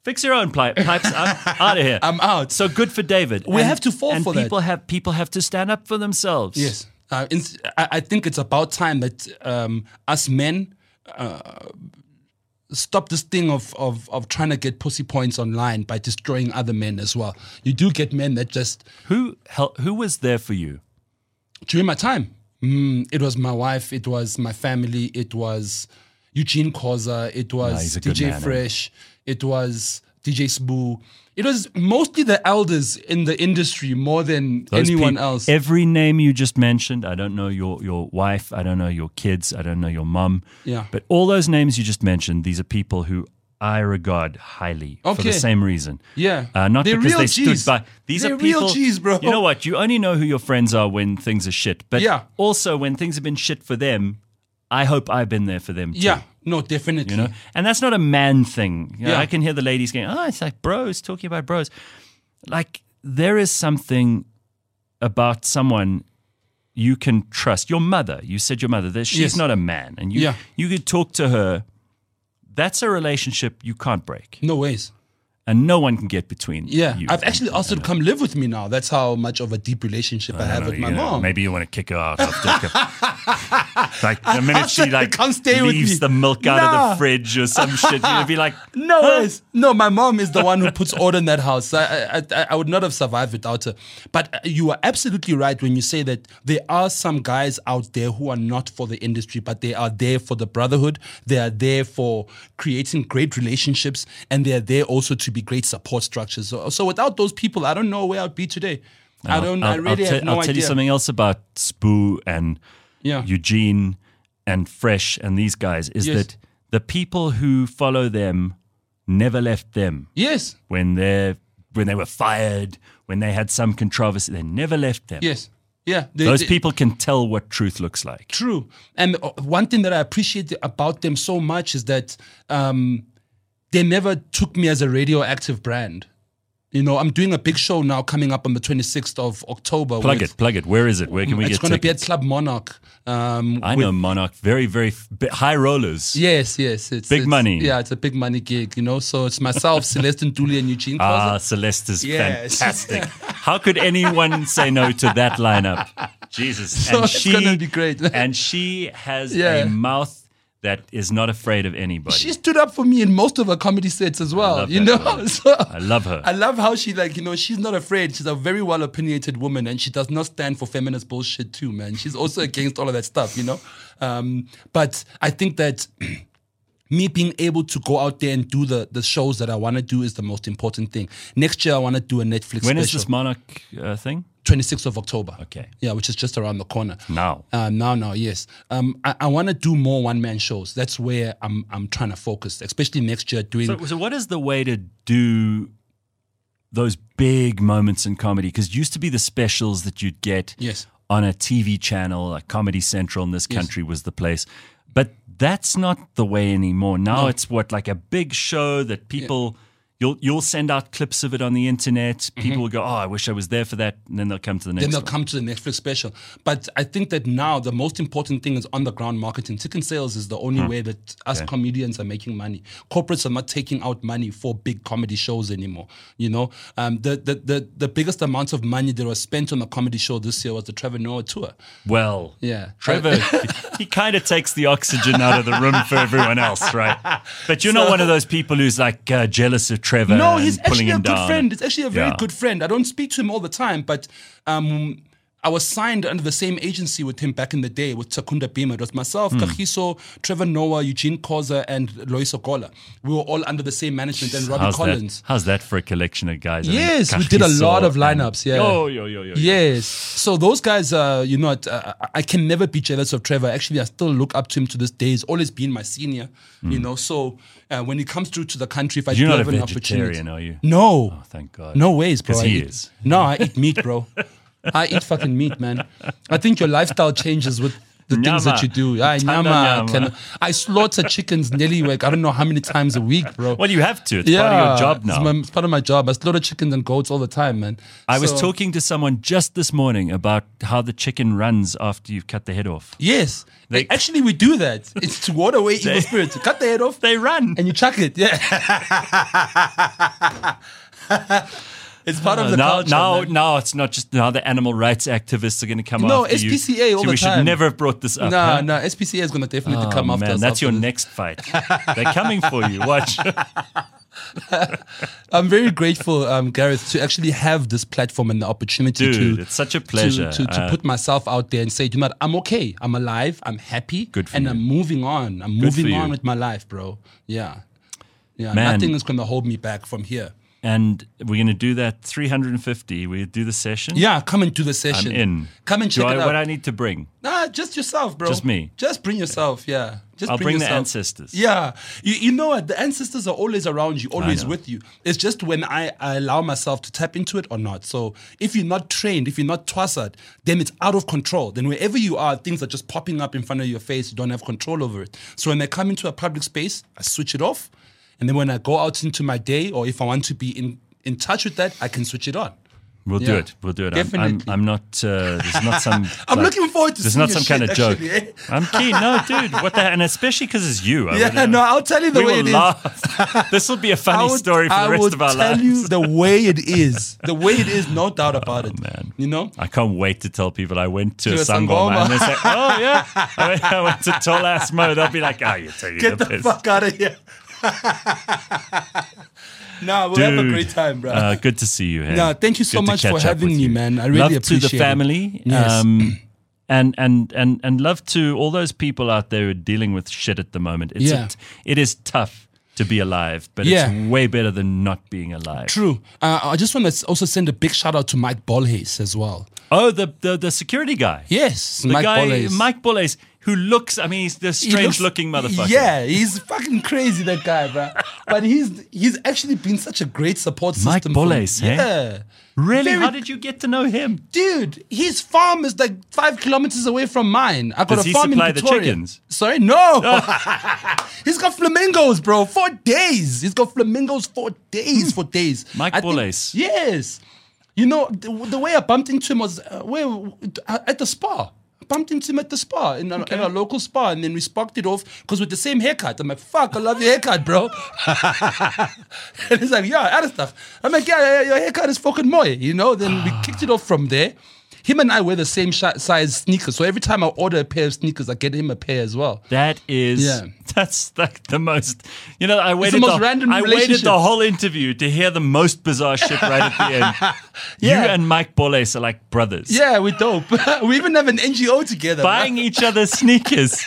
"Fix your own pi- pipes.
*laughs*
I'm out of here.
I'm out.
So good for David.
We have to fall
and
for that.
people Have, people have to stand up for themselves.
Yes. Uh, ins- I, I think it's about time that um, us men uh, stop this thing of, of, of trying to get pussy points online by destroying other men as well. You do get men that just,
Who hel- who was there for you?
during my time, mm, it was my wife, it was my family, it was Eugene Koza, it was
he's a good
DJ
man, eh?
Fresh, it was DJ Spoo. It was mostly the elders in the industry more than
Those
anyone
peop-
else.
Every name you just mentioned, I don't know your, your wife, I don't know your kids, I don't know your mum.
Yeah.
But all those names you just mentioned, these are people who I regard highly for
Okay.
the same reason.
Yeah.
Uh, not
They're
because
real
they
Gs.
stood by. These
They're
are people.
real Gs, bro.
You know what? You only know who your friends are when things are shit. But
Yeah.
also when things have been shit for them, I hope I've been there for them too.
yeah, no, definitely.
You know? And that's not a man thing. You know,
Yeah.
I can hear the ladies going, oh, it's like bros talking about bros. Like, there is something about someone you can trust. Your mother, you said your mother, that she's
Yes.
not a man. And you,
Yeah.
you could talk to her. That's a relationship you can't break.
No ways.
And no one can get between
Yeah,
you
I've
and-
actually asked her to come live with me now. That's how much of a deep relationship I,
I
have
don't
with
know,
my
you know,
mom.
Maybe you want to kick her out. After
*laughs*
like the minute she
After-
like
come stay with
leaves
me.
the milk out of
Nah.
the fridge or some shit, you'd be like,
*laughs* No ways. No, my mom is the one who puts order in that house. I, I, I, I would not have survived without her. But uh, you are absolutely right when you say that there are some guys out there who are not for the industry, but they are there for the brotherhood. They are there for creating great relationships, and they are there also to be great support structures. So, so without those people, I don't know where I'd be today. I don't. i
I'll-
really
I'll
have
te-
no
I'll
idea.
tell you something else about Spoo and
Yeah.
Eugene and Fresh and these guys is
Yes.
that the people who follow them never left them
Yes.
when they when they were fired, when they had some controversy, they never left them.
Yes. Yeah. They-
Those
they-
people can tell what truth looks like.
True. And uh, one thing that I appreciate about them so much is that um, they never took me as a radioactive brand. You know, I'm doing a big show now coming up on the 26th of October.
Plug
with-
it, plug it. Where is it? Where can we
Mm, It's
get
going to be
tickets? Ah.
at Club Monarch. Um,
I know Monarch, very, very f- bi- high rollers.
Yes, yes. It's
Big
it's-
money.
Yeah, it's a big money gig, you know. So it's
*laughs*
myself, Celeste Nduli, and Eugene
Ah,
Khoza.
Celeste is
Yes.
fantastic. How could anyone say no to that lineup? Jesus.
*laughs* So it's gonna be great.
*laughs* and she has
Yeah.
a mouth that is not afraid of anybody.
she stood up for me in most of her comedy sets as well,
love
you
that
know.
woman.
*laughs* So
I love her.
I love how she like, you know, she's not afraid. She's a very well opinionated woman and she does not stand for feminist bullshit too, man. She's also against all of that stuff, you know. Um, but I think that *clears throat* me being able to go out there and do the, the shows that I want to do is the most important thing. Next year I want to do a Netflix
when is
special.
this Monarch uh, thing?
26th of October.
Okay.
Yeah, which is just around the corner.
Now.
Uh, now, now, yes. Um, I, I want to do more one man shows. That's where I'm I'm trying to focus, especially next year doing.
So, so what is the way to do those big moments in comedy? Because it used to be the specials that you'd get
Yes.
on a TV channel, like Comedy Central in this country was the place. But that's not the way anymore. Now it's what like a big show that people you'll you'll send out clips of it on the internet. People will go, "Oh, I wish I was there for that," and then they'll come to the next.
Mm-hmm. then they'll
one.
come to the Netflix special. But I think that now the most important thing is on the ground marketing. Ticket sales is the only way that us comedians are making money. Corporates are not taking out money for big comedy shows anymore. You know, um, the, the the the biggest amount of money that was spent on a comedy show this year was the Trevor Noah tour.
Well,
Yeah.
Trevor, he kind of takes the oxygen out of the room for everyone else, right? But you're not one of those people who's like uh, jealous of Trevor.
No,
and
he's
pulling
actually a
him
good
down.
friend. He's actually a very
Yeah.
good friend. I don't speak to him all the time, but um, I was signed under the same agency with him back in the day with Takunda Bima. It was
Hmm.
myself, Kahiso, Trevor Noah, Eugene Koza, and Lois Okola. We were all under the same management and Robbie
How's
Collins.
that? How's that for a collection of guys? I think
Yes, we did a
Kagiso
lot of
and-
lineups. Yeah.
Yo, yo, yo, yo. yo.
Yes. So those guys, uh, you know, what, uh, I- I can never be jealous of Trevor. Actually, I still look up to him to this day. He's always been my senior, you know. So uh, when he comes through to the country, if I
Hmm. You're
do
not a
have an opportunity,
vegetarian, are you?
no,
Oh, thank God.
no ways, bro.
'Cause
I
he
eat-
is.
No, I eat meat, bro. I eat fucking meat, man. I think your lifestyle changes with the things that
Nyama.
you do. I,
Tanda
nyama,
nyama.
can- I slaughter chickens nearly like I don't know how many times a week, bro.
Well, you have to. It's part of your job now.
It's, my- it's part of my job. I slaughter chickens and goats all the time, man.
I was
So-
talking to someone just this morning about how the chicken runs after you've cut the head off.
Yes,
They-
actually we do that. It's to ward away
*laughs*
evil spirits. You cut the head off
They run.
and you chuck it.
*laughs*
Yeah. It's part of the
now,
culture.
now,
man.
now it's not just now the animal rights activists are going to come
No,
after you.
SPCA all
See,
the
we should
time.
never have brought this up.
No,
huh?
no, SPCA is going to definitely come
Oh,
after
man,
us.
that's
after
your
this.
next fight. They're coming for you.
*laughs*
Watch.
I'm very grateful, um, Gareth, to actually have this platform and the opportunity
Dude,
to.
it's such a
to-
pleasure.
to, to,
Uh,
put myself out there and say, do not, I'm okay. I'm alive. I'm happy.
Good for
And
you.
I'm moving on. I'm
Good for
moving
you.
on with my life, bro. Yeah. Yeah.
Man.
Nothing is going to hold me back from here.
and we're going to do that 350. We do the session.
Yeah. Come and do the session.
I'm in.
Come and
do
check
I,
it
what
out.
I need to bring.
nah, just yourself, bro.
Just me.
Just bring yourself. Yeah. Just
I'll bring, the
yourself.
ancestors.
Yeah, you, you know what? The ancestors are always around you, always
know.
with you. It's just when I, I allow myself to tap into it or not. So if you're not trained, if you're not twassed, then it's out of control. Then wherever you are, things are just popping up in front of your face. You don't have control over it. So when I come into a public space, I switch it off. And then when I go out into my day, or if I want to be in, in touch with that, I can switch it on.
We'll do
Yeah.
it. We'll do it. I'm- I'm,
Definitely.
I'm, not. Uh, there's not some.
*laughs* I'm looking forward to
There's
seeing
not
your
some kind of
shit,
joke.
actually, eh?
*laughs* I'm keen. No, dude. What the? And especially because it's you. I
*laughs* Yeah,
wouldn't-
no, I'll tell you the
we
way
will
it is.
laugh. *laughs* this will be a funny story for
*laughs* I
the rest
would
of our
tell
lives. Oh,
you the way it is. The way it is, no doubt about
*laughs*
it.
man.
You know?
I can't wait to tell people I went to, a
a
sangoma
sangoma.
and they say, "Oh yeah, I went, I went to Tolasmo." They'll be like, "Ah, you take
Get
the,
the
piss."
fuck out of here. *laughs* nah, we'll have a
Dude,
great time, bro.
Uh, good to see you. Hen.
Nah, thank you so
Good to
much for
catch up
having
with
me,
you.
man. I really
love to
appreciate
the
it.
family.
Yes.
Um, and, and and and love to all those people out there who are dealing with shit at the moment. It's
Yeah.
a t- it is tough to be alive, but
Yeah.
it's way better than not being alive.
True. Uh, I just want to also send a big shout out to Mike Bolhays as well.
Oh, the the, the security guy.
Yes,
The
Mike
guy,
Bolhays.
Mike Boles, who looks, I mean, he's this
He
strange
looks-
looking motherfucker.
Yeah, he's fucking crazy, that guy, bruh. But he's he's actually been such a great support system.
Mike
for me.
Boles, eh?
Yeah.
Really?
Very-
How did you get to know him?
Dude, his farm is like five kilometers away from mine. I got
Does
a
he
farm
supply
in
the
Pretoria.
chickens?
Sorry, no. he's got flamingos, bro. Four days. He's got flamingos for days, for days.
Mike
think-
Boles.
Yes. You know the, the way I bumped into him was uh, where at the spa. I bumped into him at the spa in our, at our local spa, and then we sparked it off because with the same haircut. I'm like, "Fuck, I love your haircut, bro." and he's like, "Yeah, other stuff." I'm like, "Yeah, yeah, yeah, your haircut is fucking moy," you know. Then we kicked it off from there. Him and I wear the same shi size sneakers, so every time I order a pair of sneakers, I get him a pair as well.
That is,
Yeah.
*laughs* that's like the most, you know, I waited,
most random
I waited
relationship.
the whole interview to hear the most bizarre shit right at the end. You
*laughs* Yeah.
and Mike Boles are like brothers.
Yeah, we're dope. *laughs* we even have an NGO together.
Buying each other's sneakers.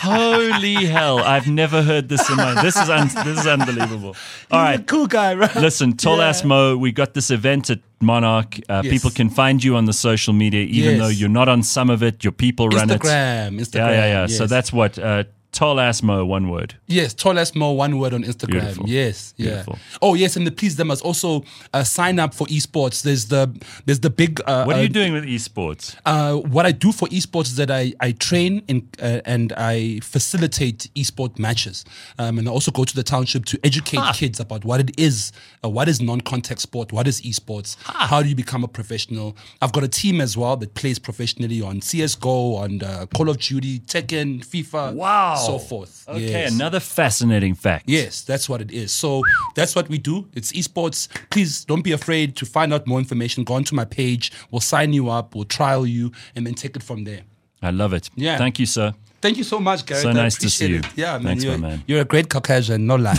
Holy hell. I've never heard this in my This is, un- this is unbelievable. All
He's a
right.
cool guy, right?
Listen, Tall Ass
Yeah.
Mo, we got this event at Monarch. Uh,
Yes.
People can find you on the social media, even
Yes.
though you're not on some of it. Your people run it.
Instagram, Instagram.
Yeah, yeah, yeah. So
yes.
that's what uh, Tall Ass Mo, one word.
Yes, tall as small, one word on Instagram.
Beautiful.
Yes, yeah.
Beautiful.
Oh yes, and the, please, there must also uh, sign up for esports. There's the there's the big. Uh,
What are
uh,
you doing with esports?
Uh, what I do for esports is that I I train in, uh, and I facilitate esport matches, um, and I also go to the township to educate
Ah.
kids about what it is, uh, what is non-contact sport, what is esports,
Ah.
how do you become a professional. I've got a team as well that plays professionally on CS:GO, on uh, Call of Duty, Tekken, FIFA,
Wow.
so forth.
Okay,
Yes.
another fascinating fact.
Yes, that's what it is. So that's what we do. It's esports. Please don't be afraid to find out more information. Go onto my page. We'll sign you up. We'll trial you, and then take it from there.
I love it.
Yeah.
Thank you, *laughs* sir.
Thank you so much, Gareth.
So
I
nice to
appreciate
see
it.
you.
Yeah, man,
Thanks, my
you're,
man.
You're a great Caucasian, no lie.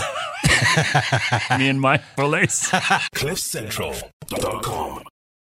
Me and Mike Boles.
CliffCentral.com.